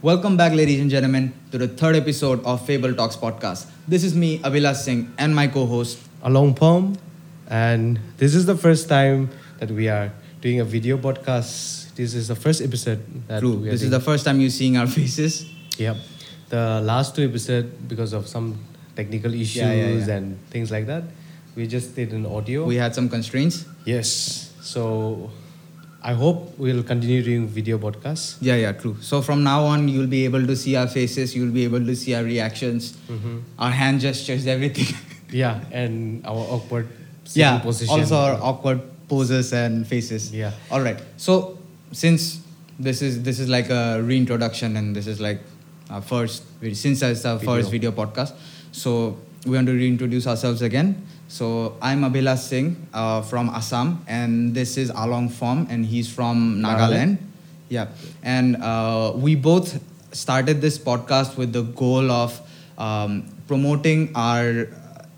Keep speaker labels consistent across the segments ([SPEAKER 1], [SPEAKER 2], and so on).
[SPEAKER 1] Welcome back, ladies and gentlemen, to the third episode of Fable Talks podcast. This is me, Avila Singh, and my co host.
[SPEAKER 2] Along Palm, and this is the first time that we are doing a video podcast. This is the first episode. That
[SPEAKER 1] True.
[SPEAKER 2] We are
[SPEAKER 1] This is the
[SPEAKER 2] doing.
[SPEAKER 1] first time you're seeing our faces.
[SPEAKER 2] Yep. The last two episode because of some technical issues
[SPEAKER 1] yeah, yeah.
[SPEAKER 2] and things like that, we just did an audio.
[SPEAKER 1] We had some constraints.
[SPEAKER 2] yes. So I hope we'll continue doing video podcasts.
[SPEAKER 1] Yeah, yeah, true. So from now on, you'll be able to see our faces, you'll be able to see our reactions, our hand gestures, everything.
[SPEAKER 2] Yeah, and our awkward sitting
[SPEAKER 1] yeah,
[SPEAKER 2] position.
[SPEAKER 1] also our awkward poses and faces.
[SPEAKER 2] Yeah.
[SPEAKER 1] All right. So since this is this is like a reintroduction and this is like our first since it's our first video podcast, so we want to reintroduce ourselves again. So I'm Abhilash Singh uh, from Assam, and this is Along Form, and he's from Nagaland.
[SPEAKER 2] Nagaland.
[SPEAKER 1] Yeah, and uh, we both started this podcast with the goal of um, promoting our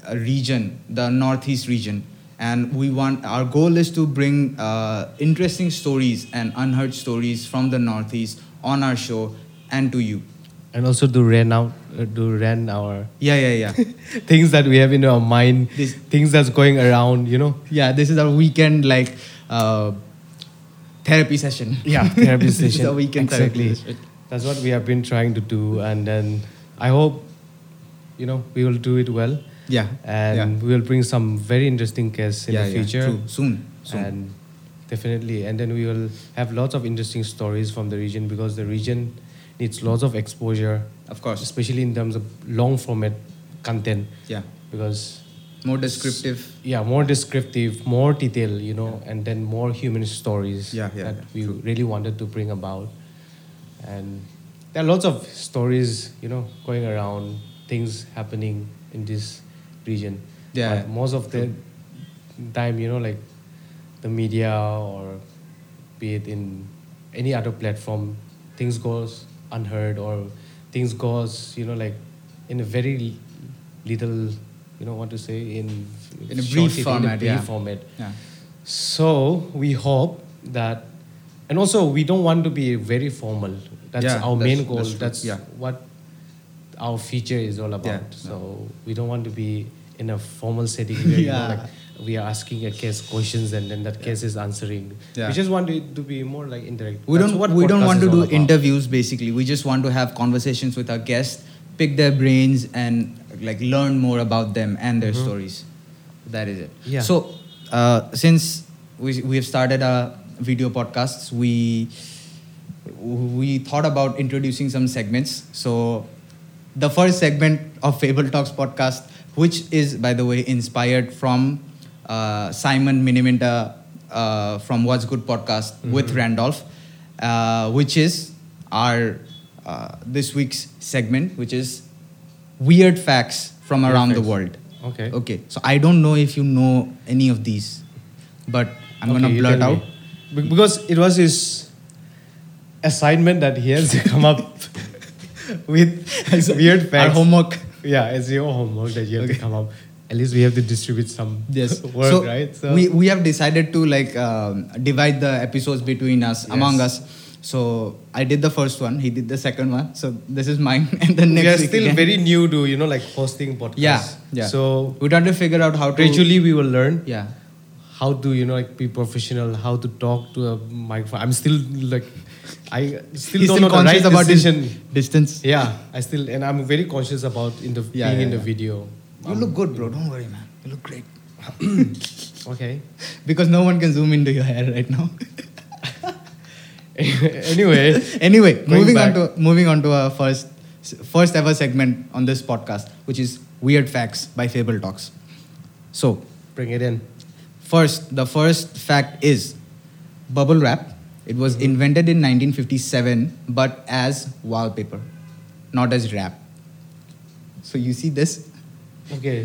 [SPEAKER 1] uh, region, the Northeast region, and we want our goal is to bring uh, interesting stories and unheard stories from the Northeast on our show and to you.
[SPEAKER 2] and also to rent out, uh, to rent our
[SPEAKER 1] Yeah, yeah, yeah.
[SPEAKER 2] things that we have in our mind,
[SPEAKER 1] This-
[SPEAKER 2] things that's going around, you know.
[SPEAKER 1] yeah, this is our weekend like uh, therapy session.
[SPEAKER 2] Yeah, therapy
[SPEAKER 1] This is
[SPEAKER 2] session.
[SPEAKER 1] the weekend therapy
[SPEAKER 2] exactly.
[SPEAKER 1] session.
[SPEAKER 2] That's what we have been trying to do, and then I hope, you know, we will do it well,
[SPEAKER 1] Yeah,
[SPEAKER 2] and we will bring some very interesting guests in
[SPEAKER 1] yeah,
[SPEAKER 2] the
[SPEAKER 1] yeah,
[SPEAKER 2] future,
[SPEAKER 1] true. soon, soon.
[SPEAKER 2] and definitely, and then we will have lots of interesting stories from the region because the region needs lots of exposure,
[SPEAKER 1] of course,
[SPEAKER 2] especially in terms of long format content,
[SPEAKER 1] yeah.
[SPEAKER 2] because
[SPEAKER 1] More descriptive.
[SPEAKER 2] yeah more descriptive more detail you know and then more human stories
[SPEAKER 1] Yeah, yeah,
[SPEAKER 2] that
[SPEAKER 1] yeah,
[SPEAKER 2] we really wanted to bring about and there are lots of stories you know going around things happening in this region
[SPEAKER 1] Yeah,
[SPEAKER 2] but most of the time you know like the media or be it in any other platform things goes unheard or things goes you know like in a very little you know what to say in
[SPEAKER 1] In a
[SPEAKER 2] short
[SPEAKER 1] brief
[SPEAKER 2] it- in a
[SPEAKER 1] format,
[SPEAKER 2] brief
[SPEAKER 1] yeah.
[SPEAKER 2] format
[SPEAKER 1] Yeah.
[SPEAKER 2] so we hope that and also we don't want to be very formal that's
[SPEAKER 1] Yeah,
[SPEAKER 2] our
[SPEAKER 1] that's-
[SPEAKER 2] main goal
[SPEAKER 1] that's
[SPEAKER 2] that's,
[SPEAKER 1] true. Yeah.
[SPEAKER 2] what our feature is all about
[SPEAKER 1] Yeah,
[SPEAKER 2] so we don't want to be in a formal setting where you
[SPEAKER 1] Yeah.
[SPEAKER 2] know, like we are asking a case questions and then that case is answering
[SPEAKER 1] Yeah.
[SPEAKER 2] we just want it to be more like interactive
[SPEAKER 1] We
[SPEAKER 2] That's
[SPEAKER 1] don't
[SPEAKER 2] what
[SPEAKER 1] we don't
[SPEAKER 2] podcast
[SPEAKER 1] want
[SPEAKER 2] is
[SPEAKER 1] to
[SPEAKER 2] all
[SPEAKER 1] do
[SPEAKER 2] about.
[SPEAKER 1] interviews basically. We just want to have conversations with our guests, pick their brains and like learn more about them and their stories. That is it.
[SPEAKER 2] Mm-hmm. Yeah.
[SPEAKER 1] So uh, since we we have started our video podcasts, we we thought about introducing some segments. So the first segment of Fable Talks podcast, which is by the way inspired from uh, Simon Miniminta uh, from What's Good podcast
[SPEAKER 2] Mm-hmm.
[SPEAKER 1] with Randolph, uh, which is our uh, this week's segment, which is weird facts from
[SPEAKER 2] Weird
[SPEAKER 1] around the
[SPEAKER 2] facts.
[SPEAKER 1] world.
[SPEAKER 2] okay
[SPEAKER 1] Okay, so I don't know if you know any of these, but I'm
[SPEAKER 2] Okay,
[SPEAKER 1] gonna
[SPEAKER 2] you
[SPEAKER 1] blurt
[SPEAKER 2] tell
[SPEAKER 1] out.
[SPEAKER 2] me. Be- because it was his assignment that he has to come up with weird
[SPEAKER 1] Our
[SPEAKER 2] facts.
[SPEAKER 1] homework.
[SPEAKER 2] Yeah, it's your homework that you have to come up. At least we have to distribute some
[SPEAKER 1] yes
[SPEAKER 2] work,
[SPEAKER 1] so
[SPEAKER 2] right?
[SPEAKER 1] we, we have decided to like um, divide the episodes between us among
[SPEAKER 2] Yes.
[SPEAKER 1] us so i did the first one he did the second one so this is mine and then next
[SPEAKER 2] we are
[SPEAKER 1] week
[SPEAKER 2] still
[SPEAKER 1] again.
[SPEAKER 2] very new to you know like hosting podcasts.
[SPEAKER 1] yeah yeah
[SPEAKER 2] So
[SPEAKER 1] we're trying to figure out how to
[SPEAKER 2] gradually we will learn
[SPEAKER 1] yeah
[SPEAKER 2] how to you know like be professional, how to talk to a microphone. I'm still like I still
[SPEAKER 1] He's
[SPEAKER 2] don't
[SPEAKER 1] still
[SPEAKER 2] know the
[SPEAKER 1] conscious
[SPEAKER 2] right
[SPEAKER 1] about his
[SPEAKER 2] decision.
[SPEAKER 1] distance
[SPEAKER 2] Yeah, I still and I'm very conscious about in the
[SPEAKER 1] Yeah,
[SPEAKER 2] being
[SPEAKER 1] yeah,
[SPEAKER 2] in the
[SPEAKER 1] yeah.
[SPEAKER 2] video.
[SPEAKER 1] you look good bro don't worry man you look great
[SPEAKER 2] Okay.
[SPEAKER 1] because no one can zoom into your hair right now
[SPEAKER 2] anyway,
[SPEAKER 1] anyway
[SPEAKER 2] Going
[SPEAKER 1] moving
[SPEAKER 2] back.
[SPEAKER 1] on to moving on to our first first ever segment on this podcast which is weird facts by fable talks so
[SPEAKER 2] bring it in.
[SPEAKER 1] First, the first fact is bubble wrap. It was
[SPEAKER 2] Mm-hmm.
[SPEAKER 1] invented in 1957, but as wallpaper, not as wrap. So you see this?
[SPEAKER 2] Okay,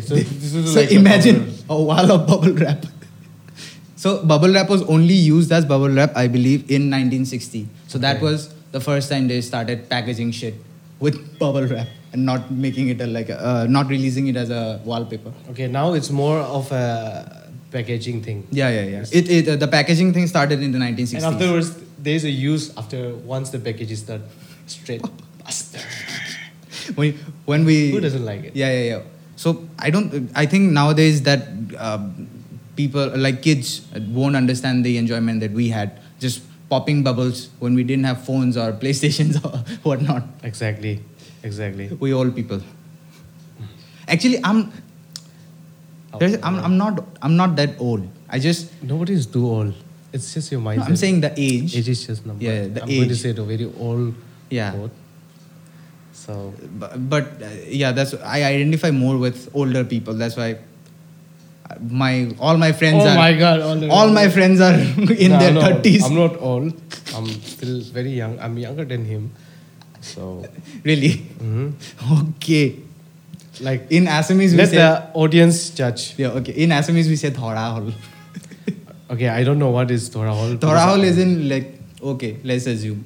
[SPEAKER 2] so this is
[SPEAKER 1] so
[SPEAKER 2] like a
[SPEAKER 1] imagine
[SPEAKER 2] proper-
[SPEAKER 1] a wall of bubble wrap. so bubble wrap was only used as bubble wrap, I believe, in 1960. So that
[SPEAKER 2] Okay.
[SPEAKER 1] was the first time they started packaging shit with bubble wrap and not making it a, like a, uh, not releasing it as a wallpaper.
[SPEAKER 2] Okay, now it's more of a packaging thing.
[SPEAKER 1] Yeah, yeah, yeah. It, it uh, the packaging thing started in the 1960s.
[SPEAKER 2] And afterwards, there's a use after once the package is done straight. bastard.
[SPEAKER 1] when, when we
[SPEAKER 2] Who doesn't like it?
[SPEAKER 1] yeah yeah yeah so i don't i think nowadays that uh, people like kids uh, won't understand the enjoyment that we had just popping bubbles when we didn't have phones or playstations or whatnot
[SPEAKER 2] Exactly. Exactly.
[SPEAKER 1] we old people actually i'm there's, I'm, I'm not i'm not that old i just
[SPEAKER 2] Nobody's too old. It's just your mindset.
[SPEAKER 1] no, i'm saying the age
[SPEAKER 2] age is just number.
[SPEAKER 1] Yeah, the
[SPEAKER 2] I'm going to
[SPEAKER 1] age.
[SPEAKER 2] say the very old
[SPEAKER 1] Yeah.
[SPEAKER 2] quote. So
[SPEAKER 1] Bu- but uh, yeah that's i identify more with older people that's why uh, my all my friends
[SPEAKER 2] Oh
[SPEAKER 1] are
[SPEAKER 2] my God, all the-
[SPEAKER 1] all my friends are in
[SPEAKER 2] Nah,
[SPEAKER 1] their
[SPEAKER 2] no,
[SPEAKER 1] 30s
[SPEAKER 2] I'm not old. I'm still very young. I'm younger than him. So
[SPEAKER 1] really
[SPEAKER 2] mhm.
[SPEAKER 1] okay
[SPEAKER 2] like
[SPEAKER 1] in assamese we
[SPEAKER 2] let
[SPEAKER 1] say
[SPEAKER 2] the audience judge.
[SPEAKER 1] yeah okay in assamese we say thorahol
[SPEAKER 2] Okay, I don't know what is Thora Hall.
[SPEAKER 1] thorahol is in like okay let's assume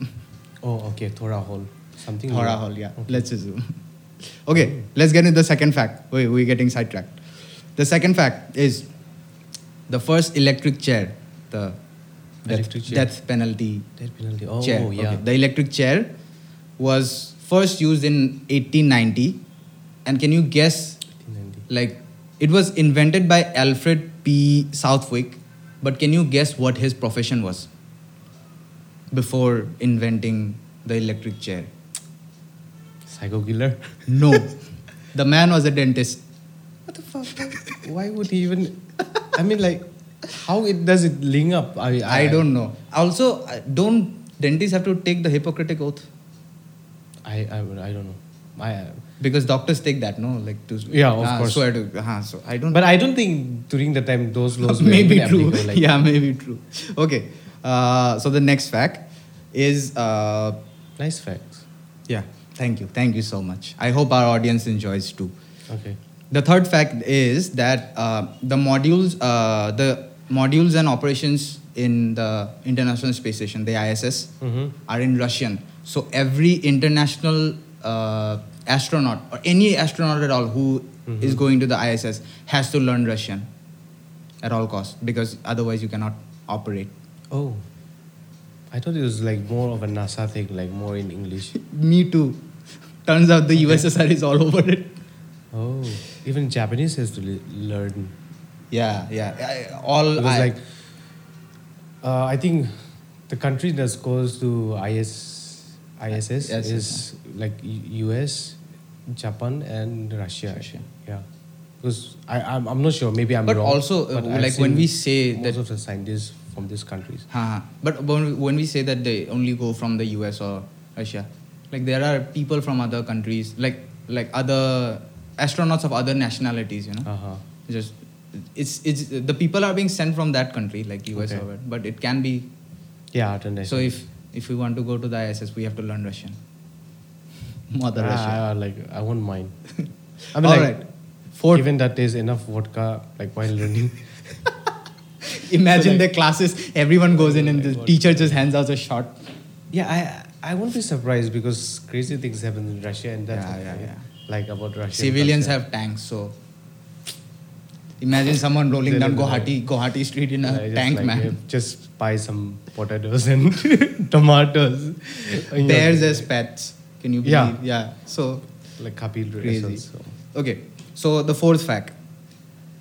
[SPEAKER 2] Oh, okay, Thora Hall. Something. new.
[SPEAKER 1] thorahol yeah let's assume okay let's get into the second fact wait we're getting sidetracked the second fact is the first electric chair the death,
[SPEAKER 2] Electric chair.
[SPEAKER 1] death penalty
[SPEAKER 2] Death penalty. Oh,
[SPEAKER 1] chair.
[SPEAKER 2] yeah.
[SPEAKER 1] Okay. The electric chair was first used in 1890, and can you guess?
[SPEAKER 2] 1890.
[SPEAKER 1] Like, it was invented by Alfred P. Southwick, but can you guess what his profession was before inventing the electric chair?
[SPEAKER 2] Psycho killer.
[SPEAKER 1] No, the man was a dentist.
[SPEAKER 2] What the fuck? Why would he even? I mean, like, how it does it link up? I I,
[SPEAKER 1] I don't know. Also, I- don't dentists have to take the Hippocratic oath?
[SPEAKER 2] I I, I don't know. I.
[SPEAKER 1] Because doctors take that, no? Like to
[SPEAKER 2] Yeah, of
[SPEAKER 1] Ah,
[SPEAKER 2] course.
[SPEAKER 1] Swear to, uh, so I don't.
[SPEAKER 2] But I don't think during the time those laws were
[SPEAKER 1] maybe
[SPEAKER 2] even
[SPEAKER 1] true.
[SPEAKER 2] applicable, Like,
[SPEAKER 1] yeah, maybe true. Okay. Uh, so the next fact is uh,
[SPEAKER 2] Nice facts.
[SPEAKER 1] yeah. Thank you. Thank you so much. I hope our audience enjoys too.
[SPEAKER 2] Okay.
[SPEAKER 1] The third fact is that uh, the modules, uh, the modules and operations in the International Space Station, the ISS,
[SPEAKER 2] Mhm.
[SPEAKER 1] are in Russian. So every international uh, astronaut or any astronaut at all who is
[SPEAKER 2] Mm-hmm.
[SPEAKER 1] going to the ISS has to learn Russian at all costs because otherwise you cannot operate.
[SPEAKER 2] Oh. I thought it was like more of a NASA thing, like more in English.
[SPEAKER 1] Me too. Turns out the USSR is all over it.
[SPEAKER 2] Oh, even Japanese has to le- learn.
[SPEAKER 1] Yeah, yeah. I, all
[SPEAKER 2] Because
[SPEAKER 1] I-
[SPEAKER 2] like, uh, I think the country that goes to IS,
[SPEAKER 1] Yes,
[SPEAKER 2] ISS
[SPEAKER 1] yes,
[SPEAKER 2] is like U- US, Japan, and Russia.
[SPEAKER 1] Russia.
[SPEAKER 2] Yeah. Because I, I'm, I'm not sure. Maybe I'm
[SPEAKER 1] But
[SPEAKER 2] wrong.
[SPEAKER 1] also, uh,
[SPEAKER 2] I've
[SPEAKER 1] like, when
[SPEAKER 2] seen
[SPEAKER 1] we say
[SPEAKER 2] most
[SPEAKER 1] that-
[SPEAKER 2] of the scientists from these countries.
[SPEAKER 1] Huh. But when, when we say that they only go from the US or Russia, like there are people from other countries, like like other astronauts of other nationalities, you know.
[SPEAKER 2] Uh huh.
[SPEAKER 1] Just it's it's the people are being sent from that country, like US
[SPEAKER 2] Okay.
[SPEAKER 1] or what, but it can be.
[SPEAKER 2] Yeah, international.
[SPEAKER 1] So if if we want to go to the ISS, we have to learn Russian. Mother
[SPEAKER 2] Ah,
[SPEAKER 1] Russia.
[SPEAKER 2] I- I like I won't mind. I
[SPEAKER 1] All
[SPEAKER 2] mean,
[SPEAKER 1] right.
[SPEAKER 2] like,
[SPEAKER 1] Fourth,
[SPEAKER 2] given that there's enough vodka, like while learning,
[SPEAKER 1] imagine
[SPEAKER 2] like-
[SPEAKER 1] the classes. Everyone goes in, and the teacher just hands out a shot.
[SPEAKER 2] yeah, I I won't be surprised because crazy things happen in Russia, and that's
[SPEAKER 1] Yeah,
[SPEAKER 2] what
[SPEAKER 1] yeah,
[SPEAKER 2] I
[SPEAKER 1] yeah.
[SPEAKER 2] like about Russia.
[SPEAKER 1] Civilians have tanks, so imagine someone rolling down
[SPEAKER 2] They're
[SPEAKER 1] Guwahati, Guwahati street in a tank, man.
[SPEAKER 2] Just buy some potatoes and tomatoes. And
[SPEAKER 1] Bears
[SPEAKER 2] you're-
[SPEAKER 1] as pets. Can you
[SPEAKER 2] Yeah.
[SPEAKER 1] believe? Yeah. So
[SPEAKER 2] like happy
[SPEAKER 1] crazy.
[SPEAKER 2] results. So.
[SPEAKER 1] Okay. So the fourth fact.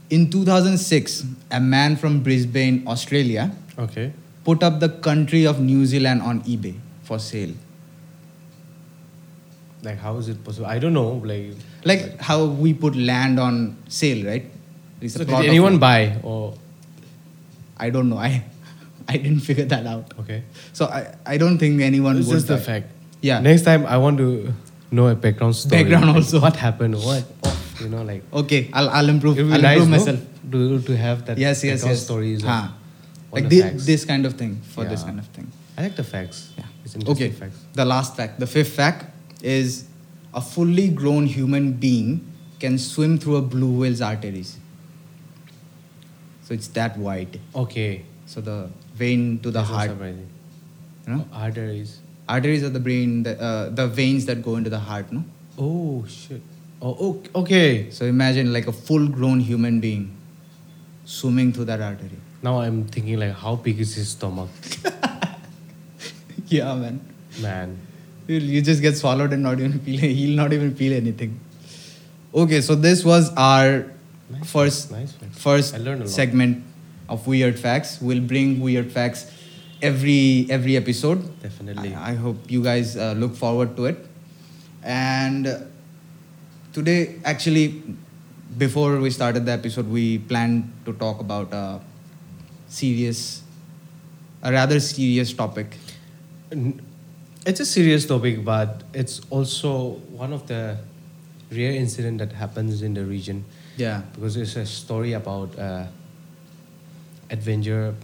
[SPEAKER 1] In 2006, a man from Brisbane, Australia,
[SPEAKER 2] Okay.
[SPEAKER 1] put up the country of New Zealand on eBay for sale.
[SPEAKER 2] Like how is it possible? I don't know. Like,
[SPEAKER 1] Like how we put land on sale, right? It's a
[SPEAKER 2] so did
[SPEAKER 1] plot of
[SPEAKER 2] anyone
[SPEAKER 1] land.
[SPEAKER 2] buy Oh, or
[SPEAKER 1] I don't know. I I didn't figure that out.
[SPEAKER 2] okay?
[SPEAKER 1] So I, I don't think anyone
[SPEAKER 2] It's
[SPEAKER 1] would
[SPEAKER 2] just the
[SPEAKER 1] buy.
[SPEAKER 2] fact.
[SPEAKER 1] Yeah.
[SPEAKER 2] Next time, I want to know a background story.
[SPEAKER 1] Background
[SPEAKER 2] Like,
[SPEAKER 1] also.
[SPEAKER 2] What happened? What? You know, like.
[SPEAKER 1] Okay, I'll, I'll improve.
[SPEAKER 2] It would
[SPEAKER 1] I'll
[SPEAKER 2] be nice
[SPEAKER 1] improve
[SPEAKER 2] no?
[SPEAKER 1] myself.
[SPEAKER 2] to, to have that
[SPEAKER 1] yes, yes,
[SPEAKER 2] background uh,
[SPEAKER 1] yes.
[SPEAKER 2] stories. of
[SPEAKER 1] Huh.
[SPEAKER 2] all
[SPEAKER 1] Like
[SPEAKER 2] the
[SPEAKER 1] thi-
[SPEAKER 2] facts.
[SPEAKER 1] this kind of thing for this
[SPEAKER 2] Yeah.
[SPEAKER 1] kind of thing.
[SPEAKER 2] I like the facts.
[SPEAKER 1] Yeah.
[SPEAKER 2] It's interesting
[SPEAKER 1] Okay.
[SPEAKER 2] facts.
[SPEAKER 1] The last fact, the fifth fact, is a fully grown human being can swim through a blue whale's arteries. So it's that wide.
[SPEAKER 2] Okay.
[SPEAKER 1] So the vein to the
[SPEAKER 2] This is
[SPEAKER 1] heart.
[SPEAKER 2] surprising.
[SPEAKER 1] You know?
[SPEAKER 2] Arteries.
[SPEAKER 1] Arteries are the brain, the, uh, the veins that go into the heart. No.
[SPEAKER 2] Oh shit. Oh ok- okay.
[SPEAKER 1] So imagine like a full grown human being swimming through that artery.
[SPEAKER 2] Now I'm thinking like, how big is his stomach,
[SPEAKER 1] yeah, man.
[SPEAKER 2] man?
[SPEAKER 1] You'll- you just get swallowed and not even feel. He'll not even feel anything. Okay, so this was our
[SPEAKER 2] Nice
[SPEAKER 1] first
[SPEAKER 2] one, nice one.
[SPEAKER 1] first
[SPEAKER 2] I learned a lot.
[SPEAKER 1] segment of weird facts. We'll bring weird facts every every episode.
[SPEAKER 2] Definitely.
[SPEAKER 1] I, I hope you guys uh, look forward to it. And uh, today, actually, before we started the episode, we planned to talk about a serious, a rather serious topic.
[SPEAKER 2] N- It's a serious topic, but it's also one of the rare incident that happens in the region
[SPEAKER 1] Yeah.
[SPEAKER 2] because it's a story about uh, adventure.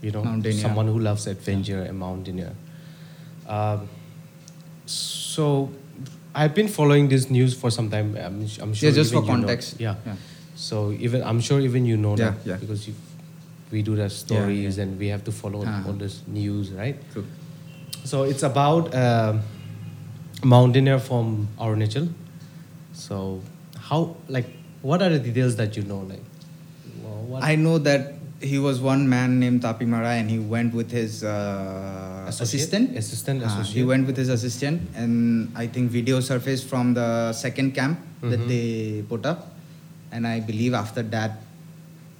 [SPEAKER 2] You know,
[SPEAKER 1] Mountaineer.
[SPEAKER 2] someone who loves adventure, a mountaineer. Um, so, I've been following this news for some time. I'm, s- I'm sure.
[SPEAKER 1] yeah, just for
[SPEAKER 2] even you know.
[SPEAKER 1] context.
[SPEAKER 2] Yeah.
[SPEAKER 1] yeah.
[SPEAKER 2] So even I'm sure even you know
[SPEAKER 1] Yeah,
[SPEAKER 2] that
[SPEAKER 1] yeah.
[SPEAKER 2] because you, we do the stories and we have to follow
[SPEAKER 1] Uh-huh.
[SPEAKER 2] all this news, right?
[SPEAKER 1] True.
[SPEAKER 2] So it's about a mountaineer from Arunachal. So how like what are the details that you know like? wha- What,
[SPEAKER 1] I know that he was one man named Tapi Mara and he went with his uh,
[SPEAKER 2] Associate?
[SPEAKER 1] assistant.
[SPEAKER 2] Assistant,
[SPEAKER 1] Ah, he
[SPEAKER 2] associate.
[SPEAKER 1] went with his assistant and I think video surfaced from the second camp
[SPEAKER 2] Mm-hmm.
[SPEAKER 1] that they put up. And I believe after that,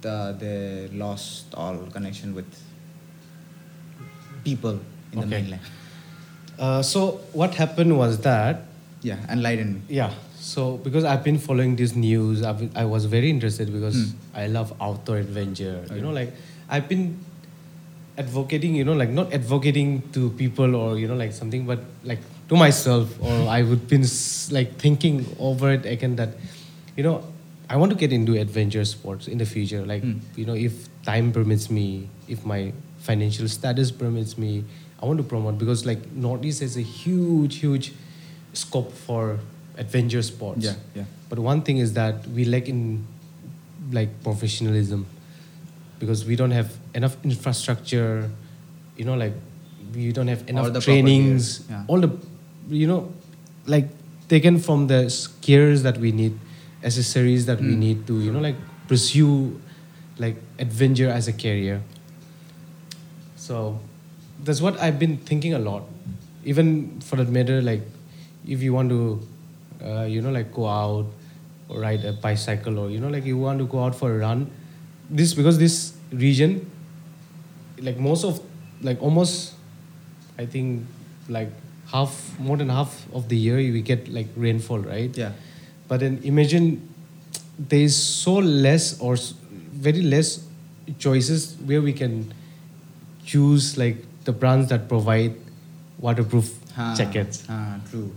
[SPEAKER 1] the, they lost all connection with people in the
[SPEAKER 2] Okay.
[SPEAKER 1] mainland.
[SPEAKER 2] uh, so what happened was that
[SPEAKER 1] Yeah, enlighten me.
[SPEAKER 2] yeah so because i've been following this news I've, i was very interested because i love outdoor adventure you know like i've been advocating you know like not advocating to people or you know like something but like to myself or i would been s- like thinking over it again that you know i want to get into adventure sports in the future like you know if time permits me if my financial status permits me i want to promote because like northeast has a huge huge scope for adventure sports
[SPEAKER 1] Yeah, yeah.
[SPEAKER 2] but one thing is that we lack in like professionalism because we don't have enough infrastructure, you know, like we don't have enough
[SPEAKER 1] All the proper
[SPEAKER 2] trainings,
[SPEAKER 1] gears, yeah.
[SPEAKER 2] all the, you know, like taken from the gears that we need, accessories that
[SPEAKER 1] Hmm.
[SPEAKER 2] we need to, you know, like pursue like adventure as a career. So that's what I've been thinking a lot. Even for that matter, like if you want to, uh, you know, like go out or ride a bicycle or, you know, like you want to go out for a run, this because this region, like most of, like almost, I think, like half, more than half of the year, we get like rainfall, right?
[SPEAKER 1] Yeah.
[SPEAKER 2] But then imagine there is so less or s- very less choices where we can choose like the brands that provide waterproof
[SPEAKER 1] Ah,
[SPEAKER 2] jackets,
[SPEAKER 1] ah, true.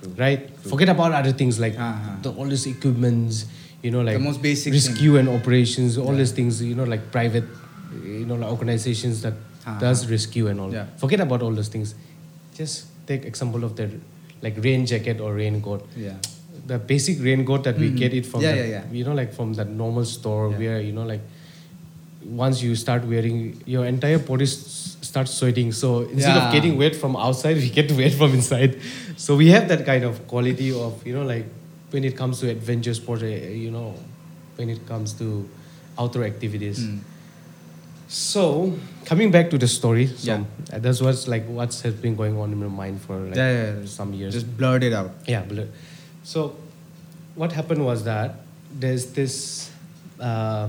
[SPEAKER 1] True.
[SPEAKER 2] right? Forget about other things like
[SPEAKER 1] Ah, ah.
[SPEAKER 2] the all these equipments, you know, like
[SPEAKER 1] The most basic
[SPEAKER 2] rescue and operations, all these things, you know, like private, you know, like organizations that
[SPEAKER 1] Ah,
[SPEAKER 2] does rescue and all.
[SPEAKER 1] Yeah.
[SPEAKER 2] Forget about all those things. Just take example of the like rain jacket or raincoat
[SPEAKER 1] Yeah.
[SPEAKER 2] the basic raincoat that we get it from
[SPEAKER 1] Mm-hmm. Yeah,
[SPEAKER 2] the,
[SPEAKER 1] yeah, yeah.
[SPEAKER 2] you know like from that normal store
[SPEAKER 1] Yeah.
[SPEAKER 2] where you know like once you start wearing your entire body s- starts sweating so instead
[SPEAKER 1] Yeah.
[SPEAKER 2] of getting wet from outside we get wet from inside so we have that kind of quality of you know like when it comes to adventure sport eh, eh, you know when it comes to outdoor activities
[SPEAKER 1] Mm.
[SPEAKER 2] so coming back to the story so
[SPEAKER 1] Yeah.
[SPEAKER 2] uh, that's what's like what's has been going on in my mind for like
[SPEAKER 1] Yeah, yeah, yeah.
[SPEAKER 2] some years
[SPEAKER 1] Just blurt it out.
[SPEAKER 2] yeah, blur. So, what happened was that there's this uh,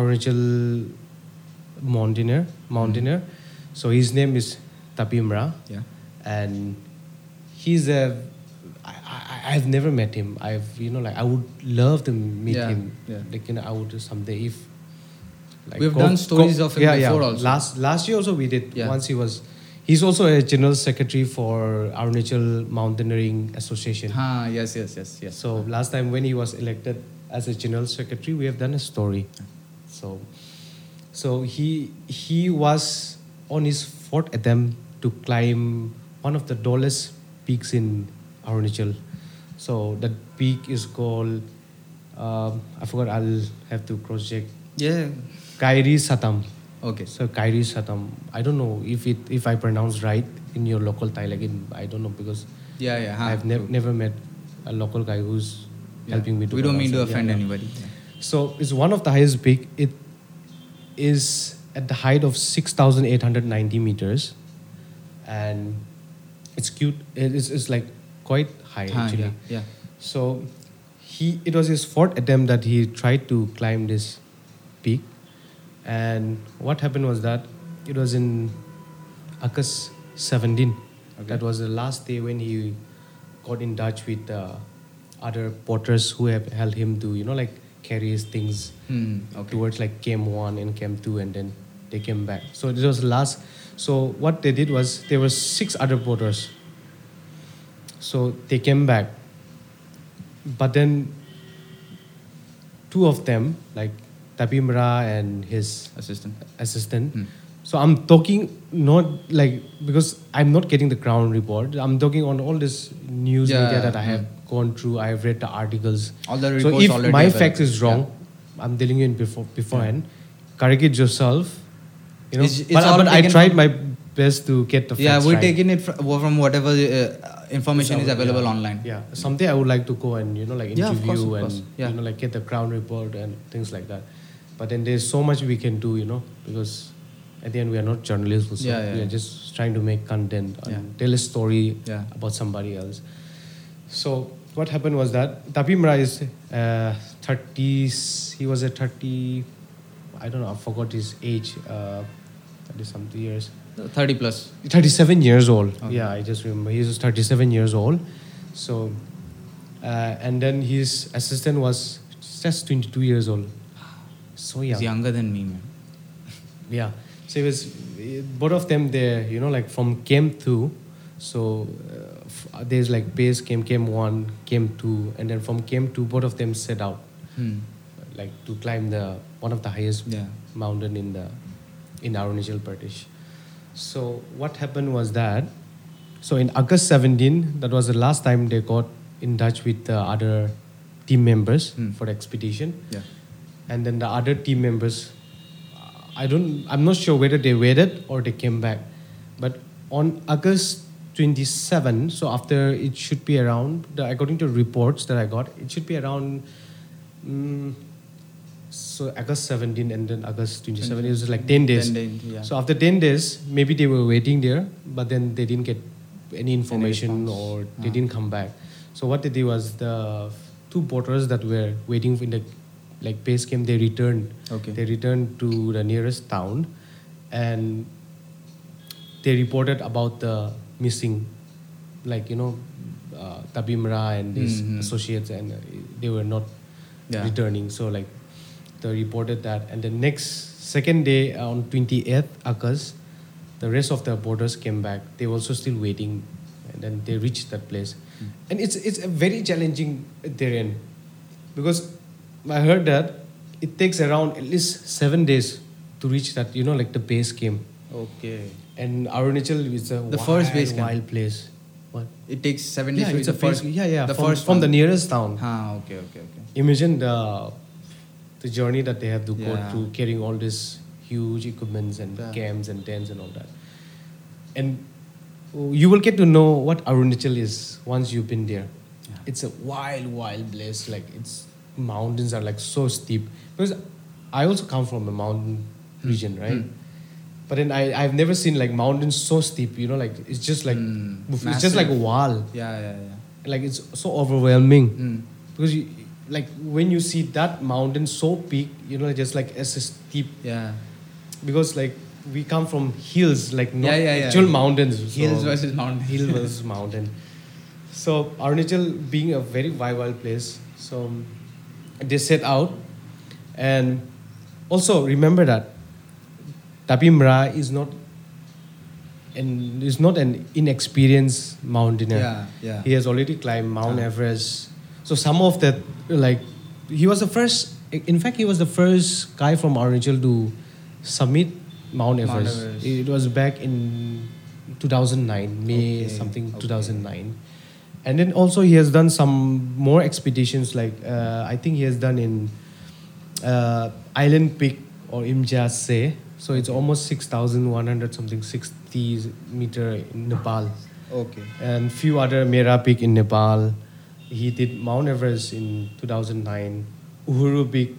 [SPEAKER 2] original mountaineer, mountaineer. So his name is Tapimra,
[SPEAKER 1] Yeah.
[SPEAKER 2] and he's a. I, I, I've never met him. I've you know like I would love to meet
[SPEAKER 1] Yeah,
[SPEAKER 2] him.
[SPEAKER 1] yeah.
[SPEAKER 2] Like you know I would someday if.
[SPEAKER 1] We've done stories of him
[SPEAKER 2] yeah,
[SPEAKER 1] before
[SPEAKER 2] yeah.
[SPEAKER 1] also.
[SPEAKER 2] Last last year also we did.
[SPEAKER 1] Yeah.
[SPEAKER 2] Once he was, he's also a general secretary for Arunachal Mountaineering Association.
[SPEAKER 1] Ah, yes, yes, yes, yes.
[SPEAKER 2] So last time when he was elected as a general secretary, we have done a story. So, so he he was on his fourth attempt to climb one of the tallest peaks in Arunachal. So that peak is called um, I forgot. I'll have to cross check.
[SPEAKER 1] Yeah.
[SPEAKER 2] Kairi Satam.
[SPEAKER 1] Okay.
[SPEAKER 2] So Kairi Satam. I don't know if it if I pronounce right in your local Thai. Like in, I don't know because
[SPEAKER 1] Yeah, yeah. huh.
[SPEAKER 2] I've never never met a local guy who's
[SPEAKER 1] Ah, Yeah.
[SPEAKER 2] helping me to.
[SPEAKER 1] We don't mean to
[SPEAKER 2] pronounce it. Yeah,
[SPEAKER 1] offend
[SPEAKER 2] yeah.
[SPEAKER 1] anybody.
[SPEAKER 2] So it's one of the highest peak. It is at the height of six thousand eight hundred ninety meters, and it's cute. It is it's like quite high
[SPEAKER 1] Huh,
[SPEAKER 2] actually.
[SPEAKER 1] yeah, yeah.
[SPEAKER 2] So he it was his fourth attempt that he tried to climb this peak. And what happened was that it was in August 17. That was the last day when he got in touch with uh, other porters who have helped him to, you know, like carry his things
[SPEAKER 1] Hmm, okay.
[SPEAKER 2] towards like Cam 1 and Cam 2 and then they came back. So this was the last. So what they did was there were six other porters. So they came back. But then two of them, like Tapimra and his
[SPEAKER 1] Assistant.
[SPEAKER 2] assistant.
[SPEAKER 1] Hmm.
[SPEAKER 2] So I'm talking not like because I'm not getting the ground report. I'm talking on all this news
[SPEAKER 1] Yeah,
[SPEAKER 2] media that I have
[SPEAKER 1] hmm.
[SPEAKER 2] gone through. I've read the articles.
[SPEAKER 1] All the
[SPEAKER 2] so
[SPEAKER 1] reports
[SPEAKER 2] if
[SPEAKER 1] already
[SPEAKER 2] my
[SPEAKER 1] available.
[SPEAKER 2] fact is wrong, I'm telling you in before beforehand. Correct it yourself. You know,
[SPEAKER 1] It's- it's
[SPEAKER 2] but,
[SPEAKER 1] all
[SPEAKER 2] but I
[SPEAKER 1] taken
[SPEAKER 2] tried
[SPEAKER 1] from-
[SPEAKER 2] my best to get the facts
[SPEAKER 1] yeah, we're
[SPEAKER 2] right.
[SPEAKER 1] taking it from, from whatever uh, information is
[SPEAKER 2] Yeah.
[SPEAKER 1] available online.
[SPEAKER 2] Yeah, someday I would like to go and you know like
[SPEAKER 1] Yeah, of
[SPEAKER 2] interview
[SPEAKER 1] course, of course.
[SPEAKER 2] and
[SPEAKER 1] Yeah.
[SPEAKER 2] you know like get the crown report and things like that. But then there's so much we can do, you know, because at the end we are not journalists, also.
[SPEAKER 1] Yeah, yeah,
[SPEAKER 2] we are
[SPEAKER 1] yeah.
[SPEAKER 2] just trying to make content and
[SPEAKER 1] Yeah.
[SPEAKER 2] tell a story
[SPEAKER 1] Yeah.
[SPEAKER 2] about somebody else. So what happened was that Tapimra is uh, 30s. He was a 30. I don't know. I forgot his age. Uh, 30 something years.
[SPEAKER 1] 30 plus.
[SPEAKER 2] 37 years old.
[SPEAKER 1] Okay.
[SPEAKER 2] Yeah, I just remember. He was 37 years old. So, uh, and then his assistant was just 22 years old. So
[SPEAKER 1] He's
[SPEAKER 2] young.
[SPEAKER 1] younger than me, man.
[SPEAKER 2] Yeah. So it was both of them. They you know like from came two. So uh, f- there's like base came came one came two and then from came two both of them set out
[SPEAKER 1] Hmm.
[SPEAKER 2] like to climb the one of the highest
[SPEAKER 1] Yeah.
[SPEAKER 2] mountain in the in Arunachal Pradesh. So what happened was that so in August 17 that was the last time they got in touch with the other team members
[SPEAKER 1] Hmm.
[SPEAKER 2] for the expedition
[SPEAKER 1] Yeah.
[SPEAKER 2] and then the other team members I don't I'm not sure whether they waited or they came back but on August 27 so after it should be around the, according to reports that I got it should be around mm, so August 17 and then August 27 it was like 10 days
[SPEAKER 1] 10 days, yeah.
[SPEAKER 2] so after 10 days maybe they were waiting there but then they didn't get any information
[SPEAKER 1] response. Ah.
[SPEAKER 2] or they didn't come back so what they did was the two porters that were waiting in the like base camp they returned
[SPEAKER 1] Okay.
[SPEAKER 2] they returned to the nearest town and they reported about the missing like you know uh, tabimra and his
[SPEAKER 1] Mhm.
[SPEAKER 2] associates and uh, they were not
[SPEAKER 1] Yeah.
[SPEAKER 2] returning so like they reported that and the next second day uh, on 28th august the rest of the boarders came back they were also still waiting and then they reached that place
[SPEAKER 1] Hmm.
[SPEAKER 2] and it's it's a very challenging terrain because i heard that it takes around at least seven days to reach that you know like the base camp
[SPEAKER 1] Okay.
[SPEAKER 2] and Arunachal is a
[SPEAKER 1] The
[SPEAKER 2] wild,
[SPEAKER 1] first base camp.
[SPEAKER 2] wild place. What?
[SPEAKER 1] It takes seven days
[SPEAKER 2] Yeah,
[SPEAKER 1] to
[SPEAKER 2] it's
[SPEAKER 1] the
[SPEAKER 2] a first.
[SPEAKER 1] first.
[SPEAKER 2] Yeah, yeah.
[SPEAKER 1] The
[SPEAKER 2] from,
[SPEAKER 1] first
[SPEAKER 2] from the
[SPEAKER 1] one.
[SPEAKER 2] nearest town.
[SPEAKER 1] Ah, okay, okay, okay.
[SPEAKER 2] Imagine the the journey that they have to go
[SPEAKER 1] Yeah.
[SPEAKER 2] through, carrying all these huge equipments and
[SPEAKER 1] Yeah.
[SPEAKER 2] camps and tents and all that. And you will get to know what Arunachal is once you've been there. It's a wild, wild place. Like it's mountains are like so steep. Because I also come from a mountain
[SPEAKER 1] Hmm.
[SPEAKER 2] region, right? But then I, I've never seen like mountains so steep, you know, like it's just like
[SPEAKER 1] Mm,
[SPEAKER 2] it's just like a
[SPEAKER 1] massive.
[SPEAKER 2] wall.
[SPEAKER 1] Yeah, yeah, yeah.
[SPEAKER 2] Like it's so overwhelming
[SPEAKER 1] Mm.
[SPEAKER 2] because you like when you see that mountain so big you know just like as a steep
[SPEAKER 1] Yeah.
[SPEAKER 2] because like we come from hills like not
[SPEAKER 1] Yeah, yeah, yeah.
[SPEAKER 2] actual mountains so-
[SPEAKER 1] Hills versus mountain.
[SPEAKER 2] hill versus mountain so arunachal being a very wild wild place so um, they set out and also remember that tapimra is not and is not an inexperienced mountaineer
[SPEAKER 1] Yeah, yeah.
[SPEAKER 2] he has already climbed Mount Everest. So some of that, like, he was the first. In fact, he was the first guy from Arunachal to summit Mount
[SPEAKER 1] Mount
[SPEAKER 2] Everest.
[SPEAKER 1] Everest.
[SPEAKER 2] It was back in 2009, May
[SPEAKER 1] Okay,
[SPEAKER 2] something
[SPEAKER 1] okay.
[SPEAKER 2] 2009. And then also he has done some more expeditions. Like uh, I think he has done in uh, Island Peak or Imjase. So it's almost six thousand one hundred something sixty meter in Nepal
[SPEAKER 1] Okay.
[SPEAKER 2] and few other Mera Peak in Nepal. He did Mount Everest in 2009, Uhuru Peak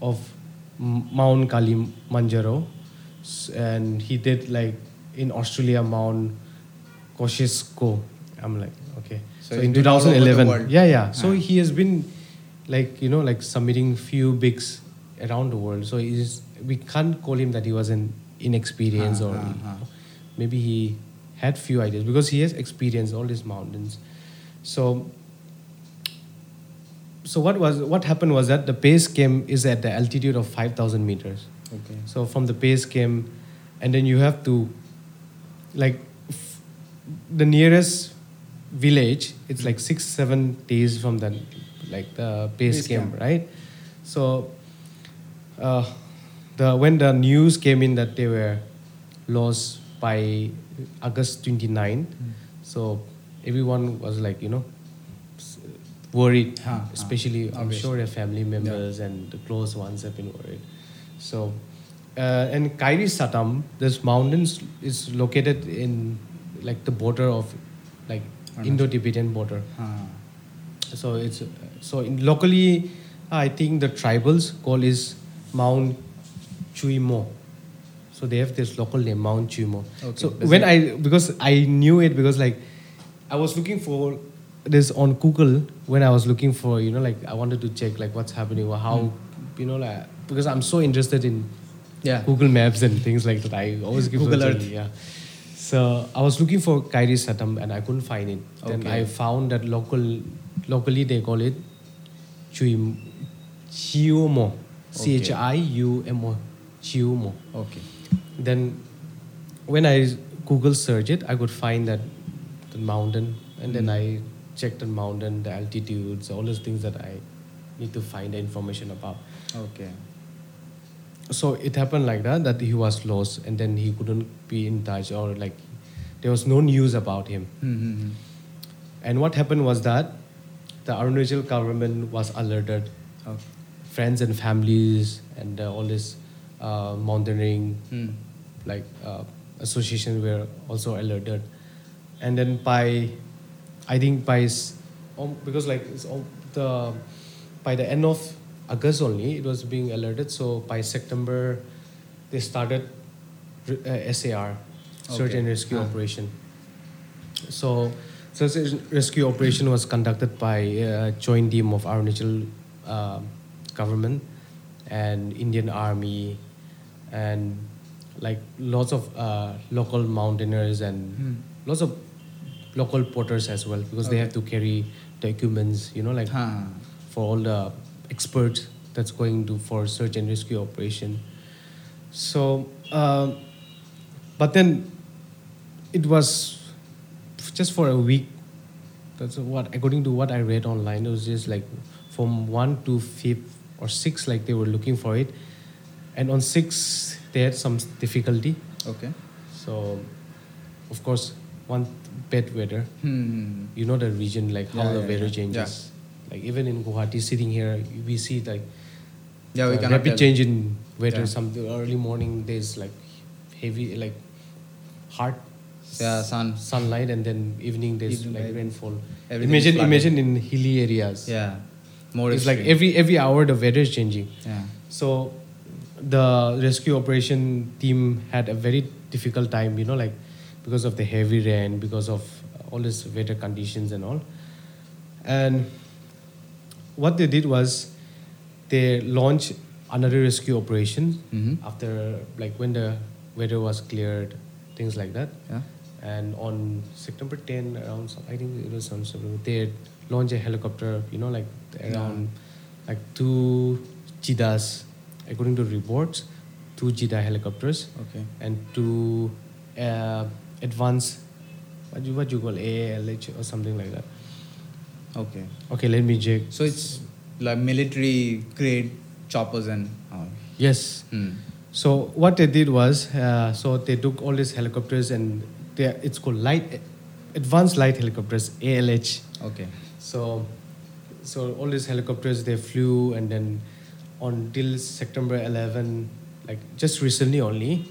[SPEAKER 2] of M- Mount Kalimanjaro, S- and he did like in Australia Mount cautious go. I'm like, okay.
[SPEAKER 1] So
[SPEAKER 2] So,
[SPEAKER 1] he's
[SPEAKER 2] in
[SPEAKER 1] been all over the
[SPEAKER 2] 2011,
[SPEAKER 1] world.
[SPEAKER 2] yeah, yeah. So
[SPEAKER 1] Ah.
[SPEAKER 2] he has been like you know like submitting few bigs around the world. So is we can't call him that he was an inexperienced
[SPEAKER 1] Ah,
[SPEAKER 2] or
[SPEAKER 1] ah, ah.
[SPEAKER 2] maybe he had few ideas because he has experienced all these mountains. So so what was what happened was that the base camp is at the altitude of 5,000 meters.
[SPEAKER 1] Okay.
[SPEAKER 2] So from the base came, and then you have to, like, f- the nearest village. It's like six seven days from the, like the base,
[SPEAKER 1] Base
[SPEAKER 2] camp,
[SPEAKER 1] camp.
[SPEAKER 2] right? So, uh, the when the news came in that they were lost by August 29, so everyone was like you know s- worried,
[SPEAKER 1] Huh, huh.
[SPEAKER 2] especially I'm
[SPEAKER 1] Obviously.
[SPEAKER 2] sure their family members and the close ones have been worried. So, uh, and Kairi Satam, this mountains is located in like the border of like
[SPEAKER 1] Arunachal.
[SPEAKER 2] Indo-Tibetan border.
[SPEAKER 1] Ah.
[SPEAKER 2] So it's so in locally, I think the tribals call is Mount Chuimo. So they have this local name Mount Chuimo.
[SPEAKER 1] Okay.
[SPEAKER 2] So
[SPEAKER 1] Does
[SPEAKER 2] when
[SPEAKER 1] it-
[SPEAKER 2] I because I knew it because like I was looking for this on Google when I was looking for you know like I wanted to check like what's happening or how you know like because I'm so interested in
[SPEAKER 1] Yeah.
[SPEAKER 2] Uh, Google Maps and things like that. I always give
[SPEAKER 1] Google
[SPEAKER 2] them to
[SPEAKER 1] Earth.
[SPEAKER 2] me, Yeah. So I was looking for Kairi Satam and I couldn't find it. Then
[SPEAKER 1] Okay.
[SPEAKER 2] I found that local, locally they call it Chuim, Chiumo, C H I U M O, Chiumo.
[SPEAKER 1] Okay.
[SPEAKER 2] Then when I Google search it, I could find that the mountain, and then
[SPEAKER 1] Hmm.
[SPEAKER 2] I checked the mountain, the altitudes, all those things that I need to find the information about
[SPEAKER 1] Okay.
[SPEAKER 2] so it happened like that that he was lost and then he couldn't be in touch or like there was no news about him
[SPEAKER 1] Mm-hmm.
[SPEAKER 2] and what happened was that the arunachal government was alerted
[SPEAKER 1] Okay.
[SPEAKER 2] friends and families and uh, all this uh, mountaineering
[SPEAKER 1] Hmm.
[SPEAKER 2] like uh, association were also alerted and then by i think by s- om- because like it's om- the by the end of august only it was being alerted so by september they started re- uh, sar search
[SPEAKER 1] Okay.
[SPEAKER 2] and rescue
[SPEAKER 1] Ah.
[SPEAKER 2] operation so search and rescue operation was conducted by a joint team of Arunachal uh, government and Indian Army and like lots of uh, local mountaineers and
[SPEAKER 1] Hmm.
[SPEAKER 2] lots of local porters as well because they
[SPEAKER 1] Okay.
[SPEAKER 2] have to carry documents you know like
[SPEAKER 1] Huh.
[SPEAKER 2] for all the experts that's going to for search and rescue operation. So, um but then it was just for a week. That's what according to what I read online. It was just like from one to fifth or six, like they were looking for it, and on six they had some difficulty.
[SPEAKER 1] Okay.
[SPEAKER 2] So, of course, one bad weather
[SPEAKER 1] Hmm.
[SPEAKER 2] you know the region like how
[SPEAKER 1] Yeah,
[SPEAKER 2] the
[SPEAKER 1] yeah,
[SPEAKER 2] weather
[SPEAKER 1] yeah.
[SPEAKER 2] changes like even in guwahati sitting here we see like
[SPEAKER 1] Yeah, we
[SPEAKER 2] uh,
[SPEAKER 1] cannot
[SPEAKER 2] rapid
[SPEAKER 1] tell.
[SPEAKER 2] change in weather
[SPEAKER 1] Yeah.
[SPEAKER 2] some early morning there's like heavy like hard
[SPEAKER 1] Yeah, sun.
[SPEAKER 2] sunlight and then evening there's
[SPEAKER 1] Evening,
[SPEAKER 2] like
[SPEAKER 1] right.
[SPEAKER 2] rainfall
[SPEAKER 1] Everything is
[SPEAKER 2] imagine
[SPEAKER 1] flooded.
[SPEAKER 2] imagine in hilly areas
[SPEAKER 1] Yeah. More
[SPEAKER 2] it's like
[SPEAKER 1] extreme.
[SPEAKER 2] every every hour the weather is changing
[SPEAKER 1] Yeah.
[SPEAKER 2] so the rescue operation team had a very difficult time, you know, like because of the heavy rain, because of all these weather conditions and all. And what they did was they launched another rescue operation
[SPEAKER 1] Mhm.
[SPEAKER 2] after, like, when the weather was cleared, things like that.
[SPEAKER 1] Yeah.
[SPEAKER 2] And on September 10, around some- I think it was on September, they launched a helicopter, you know, like around like two Jidas, according to reports, two Jida helicopters
[SPEAKER 1] Okay.
[SPEAKER 2] and two uh, advanced, what you, what you call ALH or something like that.
[SPEAKER 1] Okay.
[SPEAKER 2] Okay, let me check.
[SPEAKER 1] So it's like military grade choppers and. Oh.
[SPEAKER 2] Yes,
[SPEAKER 1] Hmm.
[SPEAKER 2] So what they did was, uh, so they took all these helicopters and they, it's called light, advanced light helicopters, ALH.
[SPEAKER 1] Okay.
[SPEAKER 2] So, so all these helicopters they flew and then until September 11, like just recently only,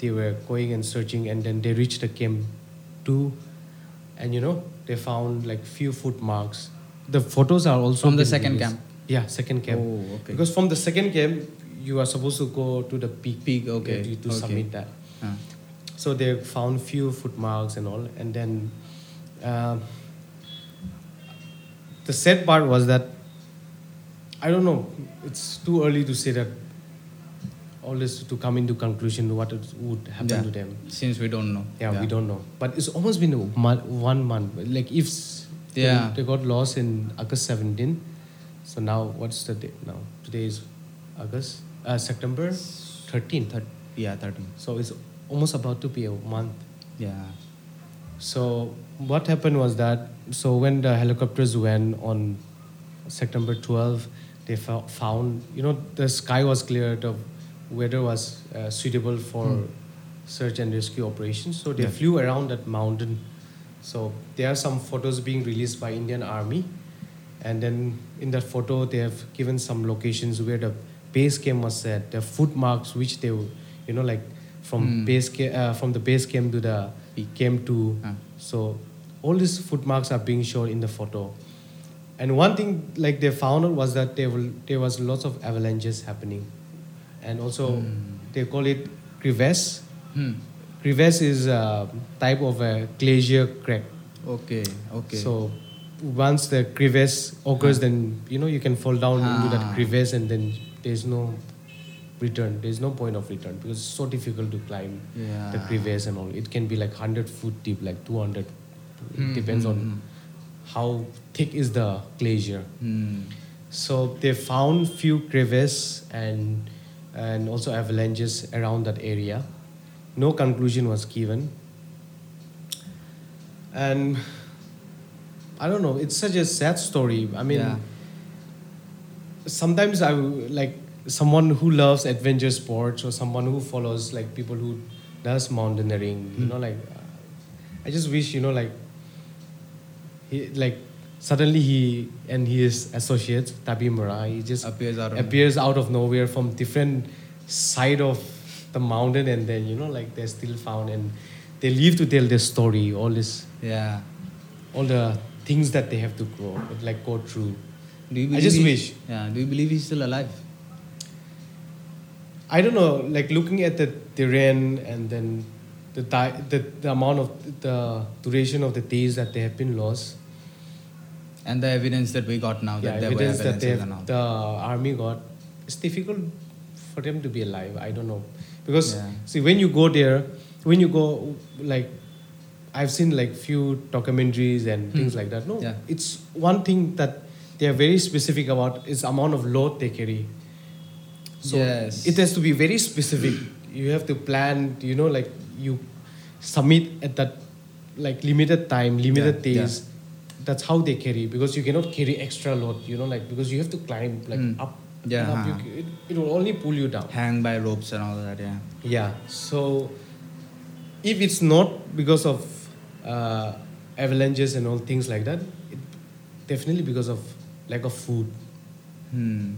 [SPEAKER 2] they were going and searching and then they reached the camp two, and you know they found like few footmarks. The photos are also
[SPEAKER 1] From the
[SPEAKER 2] been
[SPEAKER 1] second
[SPEAKER 2] released.
[SPEAKER 1] camp?
[SPEAKER 2] Yeah, second camp.
[SPEAKER 1] Oh, okay.
[SPEAKER 2] Because from the second camp, you are supposed to go to the peak.
[SPEAKER 1] Peak, okay,
[SPEAKER 2] To, to
[SPEAKER 1] okay.
[SPEAKER 2] submit that.
[SPEAKER 1] Huh.
[SPEAKER 2] So they found few footmarks and all, and then um, the sad part was that I don't know. It's too early to say that all this to come into conclusion what it would happen
[SPEAKER 1] Yeah.
[SPEAKER 2] to them.
[SPEAKER 1] Since we don't know.
[SPEAKER 2] Yeah, we don't know. But it's almost been a month, one month. Like if s- they-
[SPEAKER 1] Yeah.
[SPEAKER 2] they, got lost in August 17, so now what's the date now? Today is August, uh, September 13th.
[SPEAKER 1] Thir- yeah, 13.
[SPEAKER 2] So it's almost about to be a month.
[SPEAKER 1] Yeah.
[SPEAKER 2] So what happened was that so when the helicopters went on September 12, they fou- found you know the sky was clear, the weather was uh, suitable for search and rescue operations. So they
[SPEAKER 1] Hmm. Yeah.
[SPEAKER 2] flew around that mountain. So there are some photos being released by Indian Army, and then in that photo they have given some locations where the base camp was set, the footmarks which they were- you know like from
[SPEAKER 1] Mm.
[SPEAKER 2] base ca- uh, from the base camp to the
[SPEAKER 1] Peak.
[SPEAKER 2] came to
[SPEAKER 1] Ah.
[SPEAKER 2] so all these footmarks are being shown in the photo and one thing like they found out was that there, will, there was lots of avalanches happening and also they call it crevasse
[SPEAKER 1] Hmm.
[SPEAKER 2] crevasse is a type of a glacier crack
[SPEAKER 1] Okay. Okay.
[SPEAKER 2] so once the crevasse occurs then you know you can fall down into
[SPEAKER 1] Ah.
[SPEAKER 2] that crevasse and then there's no return there's no point of return because it's so difficult to climb
[SPEAKER 1] yeah.
[SPEAKER 2] the crevasse and all. It can be like 100 foot deep, like 200.
[SPEAKER 1] Hmm,
[SPEAKER 2] it depends
[SPEAKER 1] hmm,
[SPEAKER 2] on how thick is the glacier.
[SPEAKER 1] Hmm.
[SPEAKER 2] So they found few crevasse and and also avalanches around that area. No conclusion was given. And I don't know. It's such a sad story. I mean,
[SPEAKER 1] Yeah.
[SPEAKER 2] sometimes I w- like someone who loves adventure sports or someone who follows like people who does mountaineering. You know, like uh, I just wish you know like he like suddenly he and his associates Tabi Mura he just
[SPEAKER 1] Appears out of
[SPEAKER 2] appears out of nowhere from different side of the mountain and then you know like they're still found and they live to tell their story all this
[SPEAKER 1] Yeah.
[SPEAKER 2] all the things that they have to grow like go through
[SPEAKER 1] Do you
[SPEAKER 2] I
[SPEAKER 1] believe
[SPEAKER 2] just
[SPEAKER 1] he-
[SPEAKER 2] wish.
[SPEAKER 1] Yeah. Do you believe he's still alive?
[SPEAKER 2] I don't know, like looking at the terrain and then the, di- the the amount of the duration of the days that they have been lost,
[SPEAKER 1] And the evidence that we got now
[SPEAKER 2] yeah,
[SPEAKER 1] Oh, that there
[SPEAKER 2] evidence
[SPEAKER 1] were
[SPEAKER 2] that
[SPEAKER 1] evidences
[SPEAKER 2] they have,
[SPEAKER 1] and all.
[SPEAKER 2] the army got, it's difficult for them to be alive. I don't know because
[SPEAKER 1] Yeah.
[SPEAKER 2] see when you go there, when you go like, I've seen like few documentaries and things like that. No,
[SPEAKER 1] Hmm. Yeah.
[SPEAKER 2] it's one thing that they are very specific about is amount of load they carry. So
[SPEAKER 1] Yes.
[SPEAKER 2] it has to be very specific. You have to plan, you know, like you submit at that like limited time, limited
[SPEAKER 1] Yeah, yeah.
[SPEAKER 2] days. That's how they carry because you cannot carry extra load, you know, like because you have to climb like
[SPEAKER 1] Mm.
[SPEAKER 2] up. and
[SPEAKER 1] Yeah,
[SPEAKER 2] up. You
[SPEAKER 1] huh.
[SPEAKER 2] c- it, it will only pull you down.
[SPEAKER 1] Hang by ropes and all that. Yeah.
[SPEAKER 2] Yeah. So if it's not because of uh, avalanches and all things like that, it, definitely because of lack of food.
[SPEAKER 1] Hmm.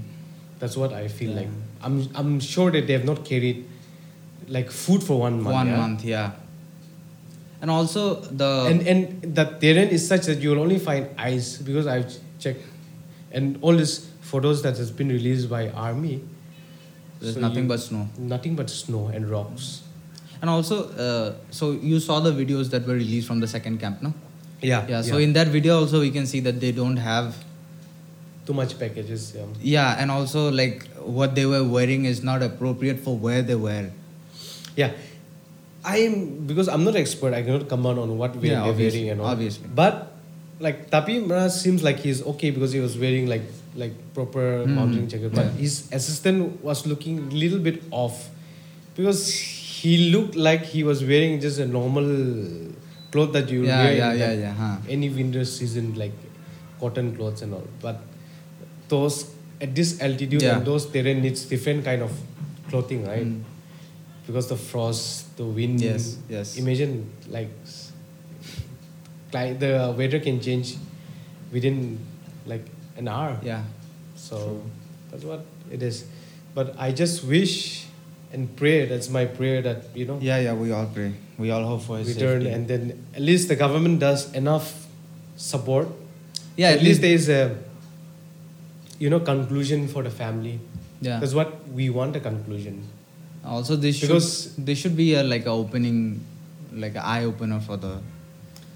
[SPEAKER 2] That's what I feel
[SPEAKER 1] Yeah.
[SPEAKER 2] like. I'm I'm sure that they have not carried like food for one month.
[SPEAKER 1] One
[SPEAKER 2] yeah?
[SPEAKER 1] month. Oh. Yeah. And also the
[SPEAKER 2] and and the terrain is such that you'll only find ice because I've checked, and all these photos that has been released by army.
[SPEAKER 1] there's
[SPEAKER 2] so
[SPEAKER 1] nothing
[SPEAKER 2] you-
[SPEAKER 1] but snow.
[SPEAKER 2] nothing but snow and rocks.
[SPEAKER 1] And also, uh, so you saw the videos that were released from the second camp, no?
[SPEAKER 2] Yeah.
[SPEAKER 1] Yeah. So in that video also, we can see that they don't have.
[SPEAKER 2] too much packages. Yeah.
[SPEAKER 1] Yeah, and also like what they were wearing is not appropriate for where they were.
[SPEAKER 2] Yeah. I'm because I'm not expert. I cannot comment on what we're
[SPEAKER 1] Yeah, obviously,
[SPEAKER 2] wearing and all.
[SPEAKER 1] obviously.
[SPEAKER 2] But like Tapi Mara seems like he's okay because he was wearing like like proper
[SPEAKER 1] Mm.
[SPEAKER 2] mountain jacket. But
[SPEAKER 1] Yeah.
[SPEAKER 2] his assistant was looking little bit off because he looked like he was wearing just a normal cloth that you
[SPEAKER 1] yeah,
[SPEAKER 2] wear
[SPEAKER 1] yeah,
[SPEAKER 2] in
[SPEAKER 1] yeah,
[SPEAKER 2] the-
[SPEAKER 1] yeah, huh.
[SPEAKER 2] any winter season like cotton clothes and all. But those at this altitude
[SPEAKER 1] Yeah.
[SPEAKER 2] and those terrain needs different kind of clothing, right?
[SPEAKER 1] Mm.
[SPEAKER 2] because the frost, the wind.
[SPEAKER 1] Yes, yes.
[SPEAKER 2] Imagine like, s- like the weather can change within like an hour.
[SPEAKER 1] Yeah.
[SPEAKER 2] So that's what it is. But I just wish and pray. That's my prayer that you know
[SPEAKER 1] Yeah, yeah. We all pray. We all hope for his
[SPEAKER 2] return
[SPEAKER 1] safety.
[SPEAKER 2] and then at least the government does enough support.
[SPEAKER 1] yeah,
[SPEAKER 2] At least there is a you know conclusion for the family.
[SPEAKER 1] yeah.
[SPEAKER 2] That's what we want a conclusion.
[SPEAKER 1] Also, this should
[SPEAKER 2] Because-
[SPEAKER 1] this should be a, like a opening like eye opener for the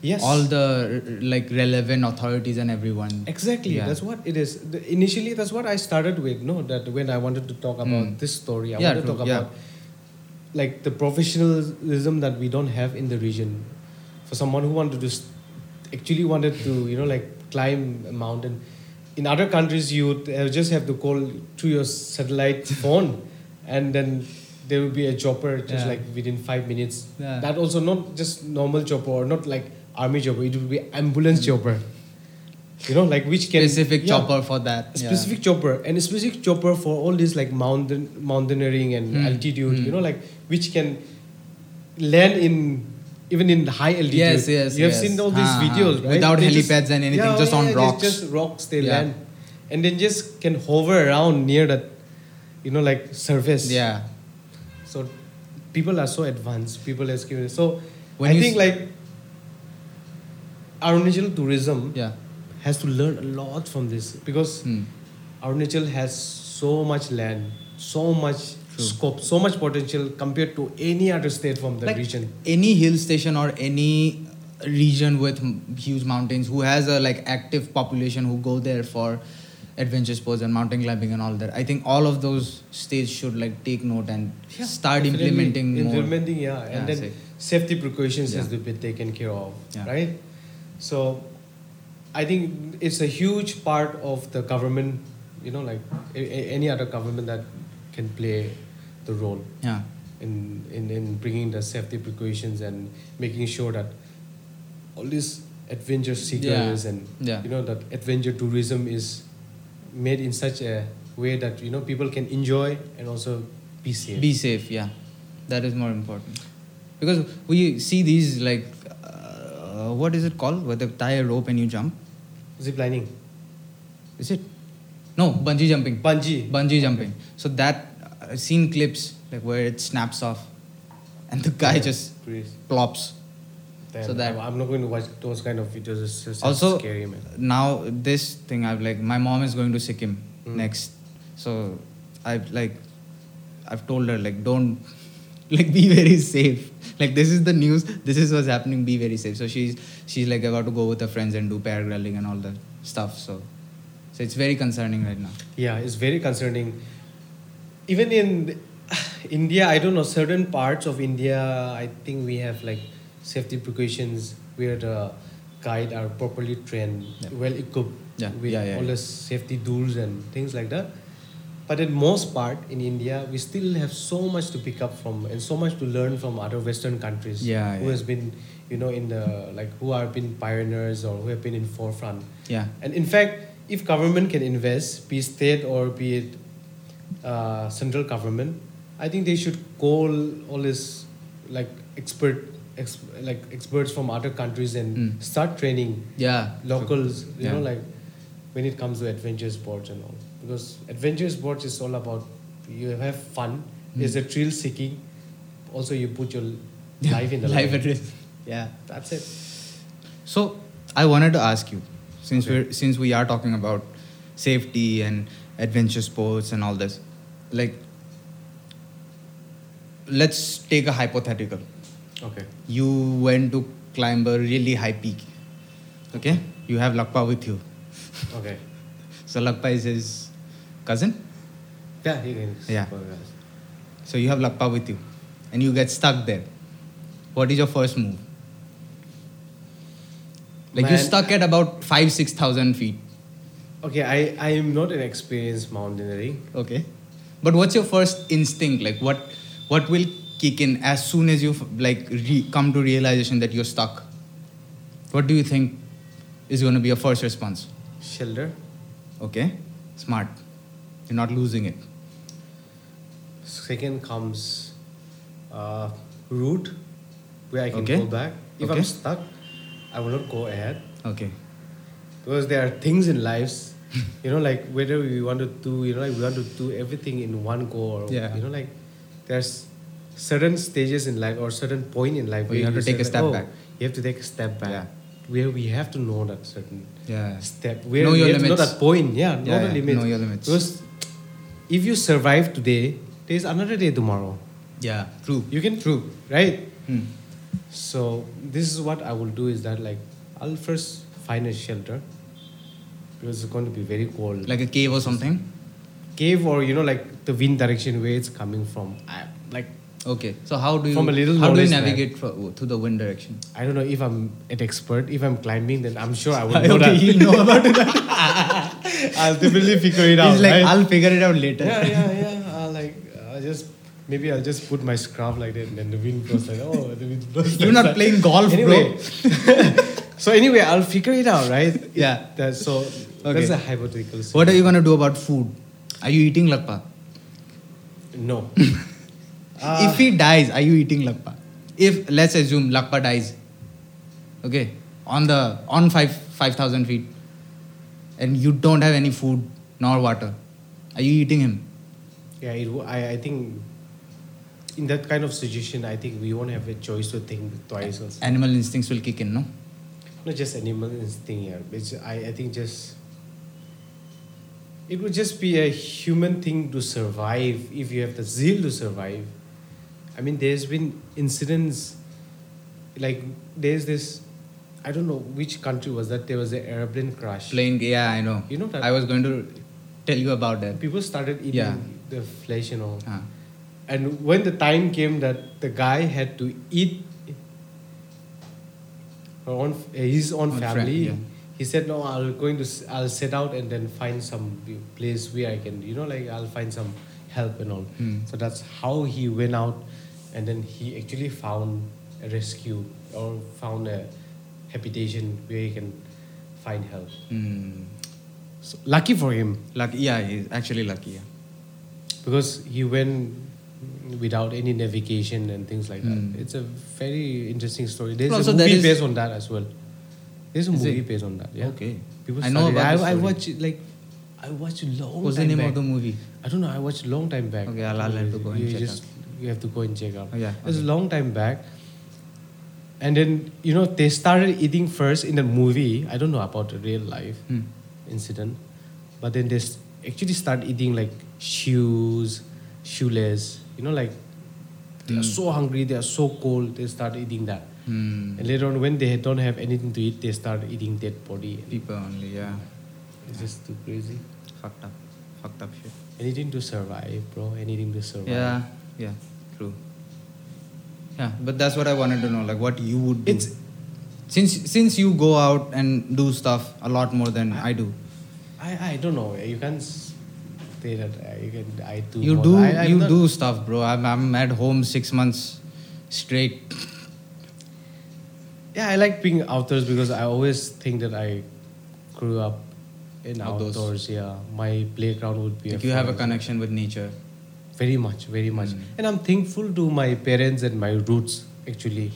[SPEAKER 2] Yes.
[SPEAKER 1] all the r- r- like relevant authorities and everyone.
[SPEAKER 2] Exactly.
[SPEAKER 1] Yeah.
[SPEAKER 2] That's what it is. The, initially, that's what I started with. No, that when I wanted to talk about
[SPEAKER 1] Mm.
[SPEAKER 2] this story, I
[SPEAKER 1] Yeah,
[SPEAKER 2] wanted to
[SPEAKER 1] true,
[SPEAKER 2] talk
[SPEAKER 1] yeah.
[SPEAKER 2] about like the professionalism that we don't have in the region. For someone who wanted to st- actually wanted to, you know, like climb a mountain. In other countries, you t- uh, just have to call to your satellite phone, and then there will be a chopper just
[SPEAKER 1] Yeah.
[SPEAKER 2] like within five minutes.
[SPEAKER 1] Yeah.
[SPEAKER 2] That also not just normal chopper or not like army chopper. It will be ambulance chopper. You know, like which can
[SPEAKER 1] Mm. specific
[SPEAKER 2] yeah,
[SPEAKER 1] chopper for that. yeah.
[SPEAKER 2] specific chopper and a specific chopper for all this like mountain mountaineering and
[SPEAKER 1] Hmm.
[SPEAKER 2] altitude. You
[SPEAKER 1] Hmm.
[SPEAKER 2] know, like which can land in even in high altitude.
[SPEAKER 1] Yes, yes,
[SPEAKER 2] You have
[SPEAKER 1] yes.
[SPEAKER 2] seen all these
[SPEAKER 1] Ha, ha.
[SPEAKER 2] videos, right?
[SPEAKER 1] Without
[SPEAKER 2] just-
[SPEAKER 1] helipads and anything,
[SPEAKER 2] yeah,
[SPEAKER 1] just
[SPEAKER 2] yeah,
[SPEAKER 1] on
[SPEAKER 2] yeah,
[SPEAKER 1] rocks.
[SPEAKER 2] just rocks they
[SPEAKER 1] Yeah.
[SPEAKER 2] land, and then just can hover around near that, you know, like surface.
[SPEAKER 1] Yeah.
[SPEAKER 2] So people are so advanced. People are skilled. So
[SPEAKER 1] When
[SPEAKER 2] I
[SPEAKER 1] you
[SPEAKER 2] think
[SPEAKER 1] s-
[SPEAKER 2] like Arunachal tourism
[SPEAKER 1] Yeah.
[SPEAKER 2] has to learn a lot from this because
[SPEAKER 1] Hmm.
[SPEAKER 2] Arunachal has so much land, so much
[SPEAKER 1] True.
[SPEAKER 2] scope, so much potential compared to any other state from the
[SPEAKER 1] Like,
[SPEAKER 2] region.
[SPEAKER 1] Any hill station or any region with m- huge mountains who has a like active population who go there for adventure sports and mountain climbing and all that. I think all of those states should like take note and start
[SPEAKER 2] Definitely
[SPEAKER 1] implementing more.
[SPEAKER 2] implementing, yeah,
[SPEAKER 1] Yeah,
[SPEAKER 2] and then
[SPEAKER 1] sick.
[SPEAKER 2] safety precautions has
[SPEAKER 1] Yeah.
[SPEAKER 2] to be taken care of,
[SPEAKER 1] Yeah.
[SPEAKER 2] right? So, I think it's a huge part of the government, you know, like a, a- any other government that can play the role.
[SPEAKER 1] Yeah.
[SPEAKER 2] in, in, in bringing the safety precautions and making sure that all these adventure seekers
[SPEAKER 1] Yeah.
[SPEAKER 2] and
[SPEAKER 1] Yeah.
[SPEAKER 2] you know that adventure tourism is made in such a way that you know people can enjoy and also be safe.
[SPEAKER 1] Be safe, yeah. That is more important. Because we see these like uh, what is it called? Where they tie a rope and you jump?
[SPEAKER 2] Zip lining,
[SPEAKER 1] Is it? No, bungee jumping.
[SPEAKER 2] bungee.
[SPEAKER 1] bungee jumping. So that I've seen clips like where it snaps off, and the guy just
[SPEAKER 2] Please.
[SPEAKER 1] plops.
[SPEAKER 2] Damn,
[SPEAKER 1] So that-
[SPEAKER 2] I'm, I'm not going to watch those kind of videos. It's just
[SPEAKER 1] also,
[SPEAKER 2] scary, man.
[SPEAKER 1] now this thing I've like my mom is going to Sikkim
[SPEAKER 2] Mm.
[SPEAKER 1] next, so I've like I've told her like don't like be very safe. Like this is the news. This is what's happening. Be very safe. So she's she's like about to go with her friends and do paragliding and all the stuff. So so it's very concerning right now.
[SPEAKER 2] Yeah, it's very concerning. Even in India, I don't know, certain parts of India, I think we have like safety precautions where the guide are properly trained,
[SPEAKER 1] Yeah.
[SPEAKER 2] well equipped
[SPEAKER 1] Yeah,
[SPEAKER 2] with
[SPEAKER 1] yeah, yeah,
[SPEAKER 2] all
[SPEAKER 1] yeah.
[SPEAKER 2] the safety tools and things like that. But in most part in India, we still have so much to pick up from and so much to learn from other Western countries
[SPEAKER 1] Yeah,
[SPEAKER 2] who
[SPEAKER 1] yeah.
[SPEAKER 2] has been, you know, in the like who have been pioneers or who have been in forefront.
[SPEAKER 1] Yeah.
[SPEAKER 2] And in fact, if government can invest, be it state or be it uh, central government, I think they should call all this like expert, ex- like experts from other countries and
[SPEAKER 1] Mm.
[SPEAKER 2] start training
[SPEAKER 1] Yeah.
[SPEAKER 2] locals. You know,
[SPEAKER 1] Yeah.
[SPEAKER 2] like when it comes to adventure sports and all, because adventure sports is all about you have fun.
[SPEAKER 1] Mm.
[SPEAKER 2] It's a thrill seeking. Also, you put your life in the
[SPEAKER 1] life at risk. Yeah.
[SPEAKER 2] That's it.
[SPEAKER 1] So I wanted to ask you, since
[SPEAKER 2] Okay.
[SPEAKER 1] we're since we are talking about safety and adventure sports and all this, like let's take a hypothetical.
[SPEAKER 2] Okay.
[SPEAKER 1] You went to climb a really high peak. Okay? You have Lakpa with you.
[SPEAKER 2] Okay.
[SPEAKER 1] So Lakpa is his cousin.
[SPEAKER 2] Yeah. You can
[SPEAKER 1] Yeah. So you have Lakpa with you. And you get stuck there. What is your first move? Like you're
[SPEAKER 2] Man.
[SPEAKER 1] stuck at about five, six thousand feet.
[SPEAKER 2] Okay, I, I am not an experienced mountaineering.
[SPEAKER 1] Okay. But what's your first instinct? Like what what will kick in as soon as you f- like re- come to realization that you're stuck? What do you think is going to be your first response?
[SPEAKER 2] Shelter.
[SPEAKER 1] Okay. Smart. You're not losing it.
[SPEAKER 2] Second comes uh, route where I can
[SPEAKER 1] Okay.
[SPEAKER 2] go back. If
[SPEAKER 1] Okay.
[SPEAKER 2] I'm stuck, I will not go ahead
[SPEAKER 1] Okay.
[SPEAKER 2] because there are things in lives, you know, like whether we want to do, you know, like we want to do everything in one go or
[SPEAKER 1] Yeah.
[SPEAKER 2] you know, like there's certain stages in life or certain point in life
[SPEAKER 1] Where you have to
[SPEAKER 2] say
[SPEAKER 1] take a
[SPEAKER 2] like,
[SPEAKER 1] step
[SPEAKER 2] "Oh,
[SPEAKER 1] back."
[SPEAKER 2] You have to take a step back.
[SPEAKER 1] Yeah.
[SPEAKER 2] Where we have to know that certain
[SPEAKER 1] Yeah.
[SPEAKER 2] step where
[SPEAKER 1] Know
[SPEAKER 2] you
[SPEAKER 1] your
[SPEAKER 2] have to know
[SPEAKER 1] limits.
[SPEAKER 2] that point yeah know
[SPEAKER 1] Yeah,
[SPEAKER 2] the
[SPEAKER 1] yeah,
[SPEAKER 2] limits
[SPEAKER 1] know your limits.
[SPEAKER 2] because if you survive today there's another day tomorrow
[SPEAKER 1] Yeah. True.
[SPEAKER 2] you can through right
[SPEAKER 1] Hmm.
[SPEAKER 2] So this is what I will do is that like I'll first find a shelter because it's going to be very cold.
[SPEAKER 1] like a cave or something.
[SPEAKER 2] cave or you know like the wind direction where it's coming from. I like
[SPEAKER 1] Okay, so how do you
[SPEAKER 2] From a little
[SPEAKER 1] how do you
[SPEAKER 2] knowledge, man.
[SPEAKER 1] navigate fro- to the wind direction?
[SPEAKER 2] I don't know if I'm an expert. If I'm climbing, then I'm sure I will
[SPEAKER 1] Okay,
[SPEAKER 2] know that.
[SPEAKER 1] you know about it.
[SPEAKER 2] I'll definitely figure it out.
[SPEAKER 1] He's like,
[SPEAKER 2] right?
[SPEAKER 1] I'll figure it out later.
[SPEAKER 2] yeah, yeah, yeah. I'll like uh, I just maybe I'll just put my scarf like that, and then the wind blows like oh, the wind blows.
[SPEAKER 1] You're
[SPEAKER 2] like
[SPEAKER 1] not
[SPEAKER 2] that.
[SPEAKER 1] playing golf,
[SPEAKER 2] anyway. so anyway, I'll figure it out, right?
[SPEAKER 1] Yeah.
[SPEAKER 2] That, so
[SPEAKER 1] Okay.
[SPEAKER 2] that's a hypothetical.
[SPEAKER 1] bro. What are you gonna do about food? Are you eating lakpa?
[SPEAKER 2] No. Ah.
[SPEAKER 1] if he dies, are you eating lakpa? If let's assume lakpa dies, okay, on the on five five thousand feet, and you don't have any food nor water, are you eating him?
[SPEAKER 2] Yeah, it, wo- I, I think in that kind of situation, I think we won't have a choice to think twice. Also.
[SPEAKER 1] Animal instincts will kick in, no?
[SPEAKER 2] Not just animal instinct here. It's, I, I think just. It would just be a human thing to survive if you have the zeal to survive. I mean, there's been incidents like there's this. I don't know which country was that. There was an airplane crash.
[SPEAKER 1] Playing, yeah, I know.
[SPEAKER 2] You know that-
[SPEAKER 1] I was going to tell you about that.
[SPEAKER 2] People started eating
[SPEAKER 1] Yeah.
[SPEAKER 2] the flesh and all.
[SPEAKER 1] Ah.
[SPEAKER 2] And when the time came that the guy had to eat her own, uh, his own
[SPEAKER 1] Own
[SPEAKER 2] family,
[SPEAKER 1] fam-
[SPEAKER 2] he said, "No, I'll going to s- I'll set out and then find some b- place where I can, you know, like I'll find some help and all."
[SPEAKER 1] Hmm.
[SPEAKER 2] So that's how he went out, and then he actually found a rescue or found a habitation where he can find help.
[SPEAKER 1] Hmm.
[SPEAKER 2] So, lucky for him,
[SPEAKER 1] Lucky, yeah, he's actually lucky. Yeah.
[SPEAKER 2] because he went without any navigation and things like
[SPEAKER 1] Hmm.
[SPEAKER 2] that. It's a very interesting story. There's
[SPEAKER 1] Also,
[SPEAKER 2] a
[SPEAKER 1] there
[SPEAKER 2] movie
[SPEAKER 1] is-
[SPEAKER 2] based on that as well. There's a
[SPEAKER 1] Is
[SPEAKER 2] movie
[SPEAKER 1] it?
[SPEAKER 2] based on that. Yeah.
[SPEAKER 1] Okay.
[SPEAKER 2] People
[SPEAKER 1] I know
[SPEAKER 2] studied it.
[SPEAKER 1] about the
[SPEAKER 2] I, I
[SPEAKER 1] story.
[SPEAKER 2] watched it like I watched a long
[SPEAKER 1] What was the
[SPEAKER 2] time
[SPEAKER 1] name
[SPEAKER 2] back.
[SPEAKER 1] of the movie?
[SPEAKER 2] I don't know. I watched a long time back.
[SPEAKER 1] Okay, I'll- I'll have to go and
[SPEAKER 2] you
[SPEAKER 1] check
[SPEAKER 2] just, You have to go and check out.
[SPEAKER 1] Oh, yeah,
[SPEAKER 2] It's a
[SPEAKER 1] okay.
[SPEAKER 2] long time back. And then you know they started eating first in the movie. I don't know about the real life
[SPEAKER 1] Hmm.
[SPEAKER 2] incident, but then they s- actually start eating like shoes, shoeless. You know, like they
[SPEAKER 1] Mm.
[SPEAKER 2] are so hungry, they are so cold. They start eating that.
[SPEAKER 1] Hmm.
[SPEAKER 2] And later on, when they don't have anything to eat, they start eating dead body.
[SPEAKER 1] People only, yeah.
[SPEAKER 2] It's just too crazy.
[SPEAKER 1] Fucked up. Fucked up shit.
[SPEAKER 2] Anything to survive, bro. Anything to survive.
[SPEAKER 1] Yeah, yeah, true. Yeah, but that's what I wanted to know, like what you would do.
[SPEAKER 2] It's-
[SPEAKER 1] since since you go out and do stuff a lot more than I, do.
[SPEAKER 2] I, I don't know. You can't s- say that I, you can I do.
[SPEAKER 1] You
[SPEAKER 2] more.
[SPEAKER 1] do
[SPEAKER 2] I, I'm
[SPEAKER 1] you
[SPEAKER 2] not-
[SPEAKER 1] do stuff, bro. I'm I'm at home six months straight.
[SPEAKER 2] Yeah, I like being outdoors because I always think that I grew up in
[SPEAKER 1] Outdoors.
[SPEAKER 2] outdoors. Yeah, my playground would be.
[SPEAKER 1] Like you Hmm. have a
[SPEAKER 2] forest.
[SPEAKER 1] connection with nature.
[SPEAKER 2] Very much, very much, and I'm thankful to my parents and my roots actually.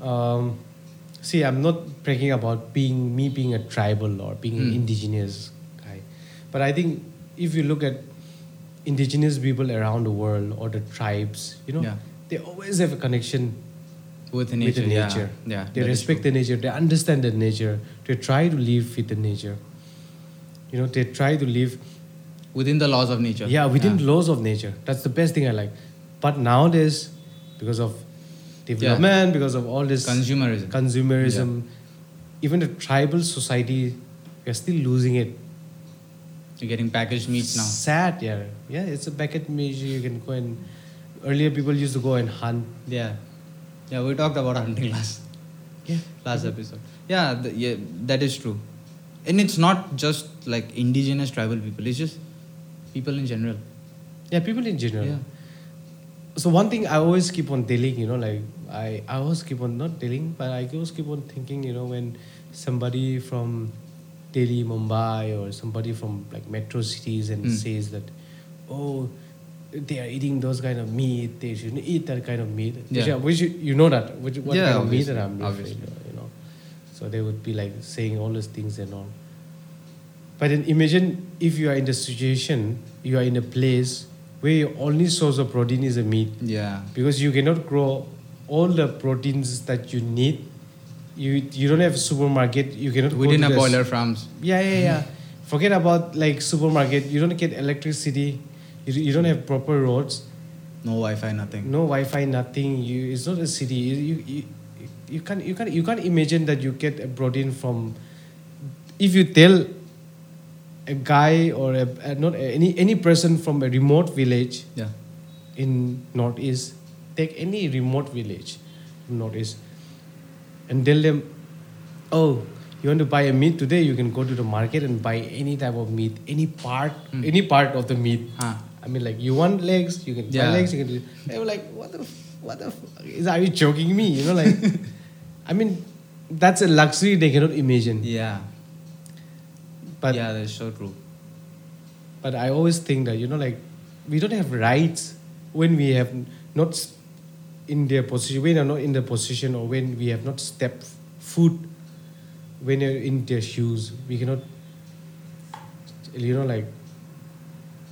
[SPEAKER 2] Um, see, I'm not bragging about being me being a tribal or being an
[SPEAKER 1] Mm.
[SPEAKER 2] indigenous guy, but I think if you look at indigenous people around the world or the tribes, you know,
[SPEAKER 1] Yeah.
[SPEAKER 2] they always have a connection
[SPEAKER 1] With nature.
[SPEAKER 2] with the nature.
[SPEAKER 1] Yeah. yeah
[SPEAKER 2] they
[SPEAKER 1] that is
[SPEAKER 2] respect
[SPEAKER 1] true.
[SPEAKER 2] the nature. They understand the nature. They try to live with the nature. You know, they try to live.
[SPEAKER 1] within the laws of nature.
[SPEAKER 2] Yeah, within laws of nature. That's the best thing I like. But nowadays, because of development, because of all this
[SPEAKER 1] consumerism.
[SPEAKER 2] consumerism, even the tribal society, we are still losing it.
[SPEAKER 1] You're getting packaged meats now.
[SPEAKER 2] Sad, yeah, yeah. It's a Beckett measure. You can go and earlier people used to go and hunt.
[SPEAKER 1] Yeah. Yeah, we talked about hunting last
[SPEAKER 2] Yeah.
[SPEAKER 1] last episode. Yeah, th- yeah, that is true. And it's not just like indigenous tribal people, it's just people in general.
[SPEAKER 2] Yeah, people in general.
[SPEAKER 1] Yeah.
[SPEAKER 2] So one thing I always keep on telling, you know, like I, I always keep on not telling, but I always keep on thinking, you know, when somebody from Delhi, Mumbai, or somebody from like metro cities and
[SPEAKER 1] Mm.
[SPEAKER 2] says that, oh, they are eating those kind of meat. They shouldn't eat that kind of meat. Which,
[SPEAKER 1] Yeah.
[SPEAKER 2] are- which you, you know that which what
[SPEAKER 1] Yeah,
[SPEAKER 2] kind of meat
[SPEAKER 1] obviously,
[SPEAKER 2] that I'm
[SPEAKER 1] obviously.
[SPEAKER 2] obviously you know. So they would be like saying all those things and all. But then imagine if you are in the situation, you are in a place where your only source of protein is a meat.
[SPEAKER 1] Yeah.
[SPEAKER 2] Because you cannot grow all the proteins that you need. You you don't have a supermarket, you cannot
[SPEAKER 1] We
[SPEAKER 2] go to
[SPEAKER 1] didn't have
[SPEAKER 2] the s-
[SPEAKER 1] boiler farms.
[SPEAKER 2] Yeah, yeah, yeah. Forget about like supermarket, you don't get electricity, you, you don't have proper roads.
[SPEAKER 1] No Wi-Fi, nothing.
[SPEAKER 2] no Wi-Fi, nothing. You, it's not a city. You, you, you, you can't you can't you can't imagine that you get brought in from. If you tell a guy or a, a- not any any person from a remote village
[SPEAKER 1] Yeah.
[SPEAKER 2] in northeast, take any remote village from northeast, and tell them, oh, you want to buy a meat today? You can go to the market and buy any type of meat, any part, any part of the meat.
[SPEAKER 1] Huh.
[SPEAKER 2] I mean, like you want legs, you can buy
[SPEAKER 1] Yeah.
[SPEAKER 2] legs. You can. They were like, what the, f- what the, f- is, are you joking me? You know, like, I mean, that's a luxury they cannot imagine.
[SPEAKER 1] Yeah.
[SPEAKER 2] But
[SPEAKER 1] yeah, that's so true.
[SPEAKER 2] but I always think that you know, like, we don't have rights when we have not s- in their position, when are not in the position, or when we have not stepped foot, when you're in their shoes, we cannot, you know, like,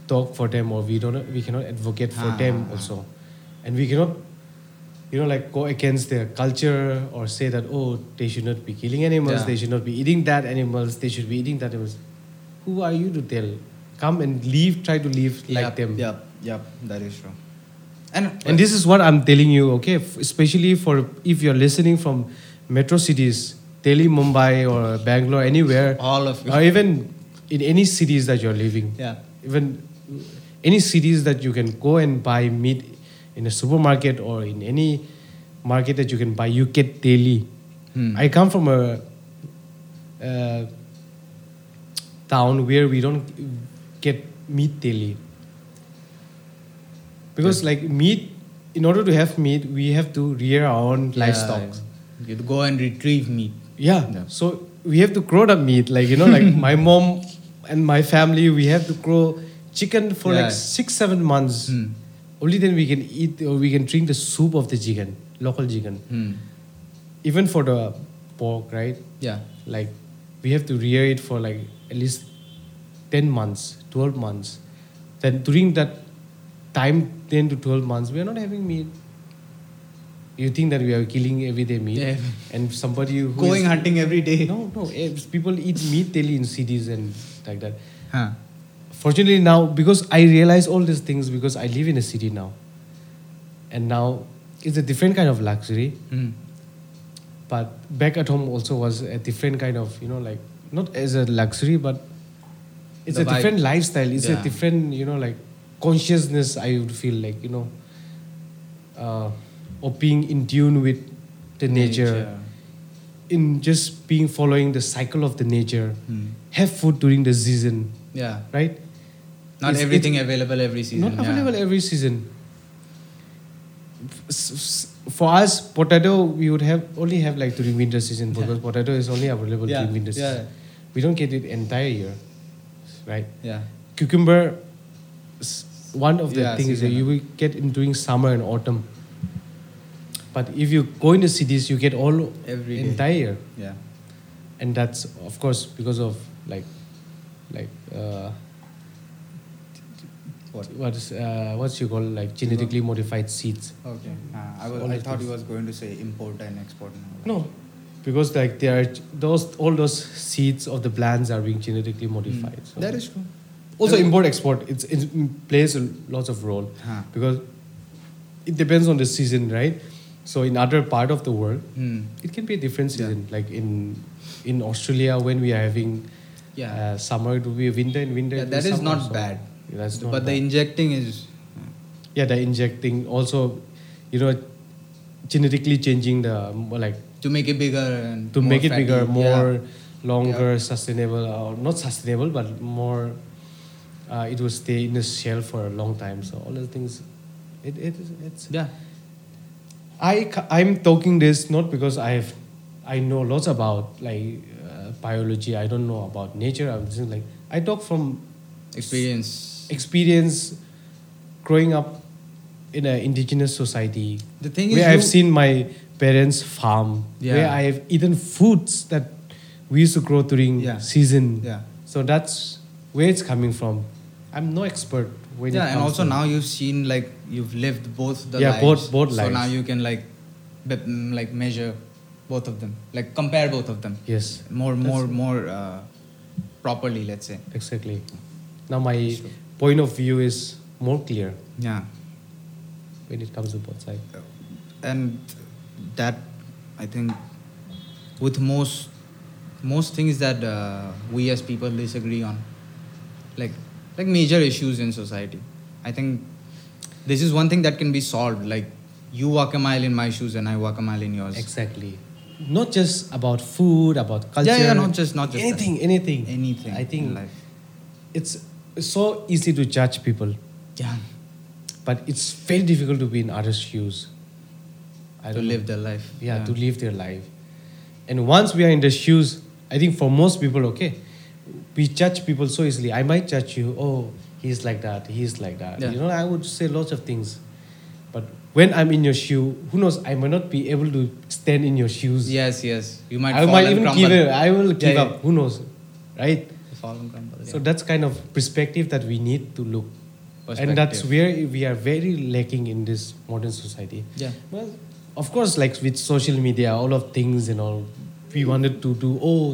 [SPEAKER 2] talk for them, or we don't, we cannot advocate for
[SPEAKER 1] Ah,
[SPEAKER 2] them
[SPEAKER 1] ah, ah.
[SPEAKER 2] also, and we cannot. You know, like go against their culture or say that oh they should not be killing animals,
[SPEAKER 1] Yeah.
[SPEAKER 2] they should not be eating that animals, they should be eating that animals. Who are you to tell? Come and live, try to live like
[SPEAKER 1] Yep,
[SPEAKER 2] them.
[SPEAKER 1] Yep. Yep. That is true. And
[SPEAKER 2] And this is what I'm telling you, okay? F- Especially for if you're listening from metro cities, Delhi, Mumbai, or Bangalore, anywhere,
[SPEAKER 1] all of you.
[SPEAKER 2] or even in any cities that you're living,
[SPEAKER 1] Yeah.
[SPEAKER 2] even any cities that you can go and buy meat in a supermarket or in any market that you can buy, you get daily.
[SPEAKER 1] Hmm.
[SPEAKER 2] I come from a, uh town where we don't get meat daily. Because like meat, in order to have meat, we have to rear our own livestock.
[SPEAKER 1] Yeah. You go and retrieve meat.
[SPEAKER 2] Yeah.
[SPEAKER 1] Yeah.
[SPEAKER 2] So we have to grow the meat, like you know, like my mom and my family, we have to grow chicken for
[SPEAKER 1] Yeah.
[SPEAKER 2] like six, seven months.
[SPEAKER 1] Hmm.
[SPEAKER 2] Only then we can eat or we can drink the soup of the chicken, local chicken.
[SPEAKER 1] Hmm.
[SPEAKER 2] Even for the pork, right?
[SPEAKER 1] Yeah.
[SPEAKER 2] Like we have to rear it for like at least ten months, twelve months. Then during that time, ten to twelve months, we are not having meat. You think that we are killing everyday meat,
[SPEAKER 1] Yeah.
[SPEAKER 2] and somebody who is-
[SPEAKER 1] Going hunting every day.
[SPEAKER 2] no, no. It's people eat meat daily in cities and like that.
[SPEAKER 1] Huh.
[SPEAKER 2] Fortunately now, because I realize all these things because I live in a city now, and now it's a different kind of luxury.
[SPEAKER 1] Hmm.
[SPEAKER 2] But back at home also was a different kind of you know like not as a luxury, but it's
[SPEAKER 1] The
[SPEAKER 2] a
[SPEAKER 1] vibe.
[SPEAKER 2] different lifestyle. It's
[SPEAKER 1] Yeah.
[SPEAKER 2] a different you know like consciousness. I would feel like you know, uh, or being in tune with the nature in just being following the cycle of the nature
[SPEAKER 1] Hmm.
[SPEAKER 2] have food during the season
[SPEAKER 1] Yeah.
[SPEAKER 2] right
[SPEAKER 1] Not
[SPEAKER 2] It's-
[SPEAKER 1] everything available every
[SPEAKER 2] it's not
[SPEAKER 1] season.
[SPEAKER 2] available every season F- s- s- for us potato we would have only have like during winter season because potato is only available
[SPEAKER 1] Yeah,
[SPEAKER 2] during winter
[SPEAKER 1] yeah.
[SPEAKER 2] season we don't get it entire year right
[SPEAKER 1] Yeah.
[SPEAKER 2] cucumber s- one of the
[SPEAKER 1] Yeah,
[SPEAKER 2] things that
[SPEAKER 1] seasonal.
[SPEAKER 2] you will get in during summer and autumn but if you go in the cities you get all
[SPEAKER 1] Every day.
[SPEAKER 2] entire year
[SPEAKER 1] Yeah.
[SPEAKER 2] and that's of course because of like like uh,
[SPEAKER 1] What?
[SPEAKER 2] what is uh, what's you call like genetically modified seeds
[SPEAKER 1] Okay. Uh, I,
[SPEAKER 2] was- All I the thought he
[SPEAKER 1] was going to say import and export.
[SPEAKER 2] no because like they are those all those seeds of the plants are being genetically modified so.
[SPEAKER 1] Hmm. That is true.
[SPEAKER 2] also import export it's, it plays a lots of role
[SPEAKER 1] Huh.
[SPEAKER 2] because it depends on the season right so in other part of the world
[SPEAKER 1] Hmm.
[SPEAKER 2] it can be a different
[SPEAKER 1] Yeah.
[SPEAKER 2] season like in in australia when we are having
[SPEAKER 1] Yeah.
[SPEAKER 2] uh, summer it will be winter and winter
[SPEAKER 1] Yeah,
[SPEAKER 2] it will
[SPEAKER 1] that
[SPEAKER 2] be
[SPEAKER 1] is
[SPEAKER 2] summer,
[SPEAKER 1] not
[SPEAKER 2] so-
[SPEAKER 1] bad.
[SPEAKER 2] Yeah, that's not
[SPEAKER 1] but the
[SPEAKER 2] bad.
[SPEAKER 1] injecting is. uh,
[SPEAKER 2] yeah they're injecting also you know genetically changing the um, like
[SPEAKER 1] To make it bigger and
[SPEAKER 2] to
[SPEAKER 1] more
[SPEAKER 2] make it
[SPEAKER 1] fatty.
[SPEAKER 2] bigger
[SPEAKER 1] Yeah.
[SPEAKER 2] more longer sustainable or not sustainable but more uh, it will stay in the shell for a long time so all the things it, it is it's
[SPEAKER 1] Yeah.
[SPEAKER 2] I ca- I'm talking this not because I've I know lots about like uh, biology. I don't know about nature. I'm just like I talk from
[SPEAKER 1] Experience.
[SPEAKER 2] experience growing up in an indigenous society
[SPEAKER 1] The thing is,
[SPEAKER 2] where I've
[SPEAKER 1] you-
[SPEAKER 2] seen my parents farm,
[SPEAKER 1] Yeah.
[SPEAKER 2] where I have eaten foods that we used to grow during
[SPEAKER 1] Yeah.
[SPEAKER 2] season.
[SPEAKER 1] Yeah.
[SPEAKER 2] So that's where it's coming from. I'm no expert when
[SPEAKER 1] yeah,
[SPEAKER 2] it
[SPEAKER 1] and
[SPEAKER 2] comes
[SPEAKER 1] also
[SPEAKER 2] to-
[SPEAKER 1] now you've seen like you've lived both the
[SPEAKER 2] Yeah,
[SPEAKER 1] lives.
[SPEAKER 2] both- both
[SPEAKER 1] So
[SPEAKER 2] lives.
[SPEAKER 1] now you can like, be, mm, like measure both of them, like compare both of them
[SPEAKER 2] yes
[SPEAKER 1] more,
[SPEAKER 2] That's-
[SPEAKER 1] more, more uh, properly. Let's say.
[SPEAKER 2] exactly. Now my point of view is more clear.
[SPEAKER 1] Yeah.
[SPEAKER 2] when it comes to both sides.
[SPEAKER 1] and that i think with most most things that uh, we as people disagree on like like major issues in society i think this is one thing that can be solved like you walk a mile in my shoes and i walk a mile in yours
[SPEAKER 2] Exactly. Not just about food, about culture.
[SPEAKER 1] yeah yeah not just not just that.
[SPEAKER 2] anything, anything,
[SPEAKER 1] anything
[SPEAKER 2] I
[SPEAKER 1] in
[SPEAKER 2] think
[SPEAKER 1] life
[SPEAKER 2] it's it's so easy to judge people,
[SPEAKER 1] yeah
[SPEAKER 2] but it's very difficult to be in others' shoes.
[SPEAKER 1] to
[SPEAKER 2] know.
[SPEAKER 1] live their life
[SPEAKER 2] yeah, to live their life. And once we are in the shoes, I think for most people, okay, we judge people so easily. I might judge you, oh, he's like that, he's like that.
[SPEAKER 1] Yeah.
[SPEAKER 2] You know, I would say lots of things. But when I'm in your shoe, who knows, I might not be able to stand in your shoes.
[SPEAKER 1] yes yes you might
[SPEAKER 2] I
[SPEAKER 1] fall
[SPEAKER 2] might
[SPEAKER 1] and
[SPEAKER 2] even
[SPEAKER 1] crumble.
[SPEAKER 2] give up. I will give
[SPEAKER 1] yeah.
[SPEAKER 2] up. Who knows, right?
[SPEAKER 1] fall and crumble yeah.
[SPEAKER 2] So that's kind of perspective that we need to look. And that's
[SPEAKER 1] Perspective.
[SPEAKER 2] where we are very lacking in this modern society.
[SPEAKER 1] yeah
[SPEAKER 2] Well, of course, like with social media, all of things and all, we wanted to do. Oh,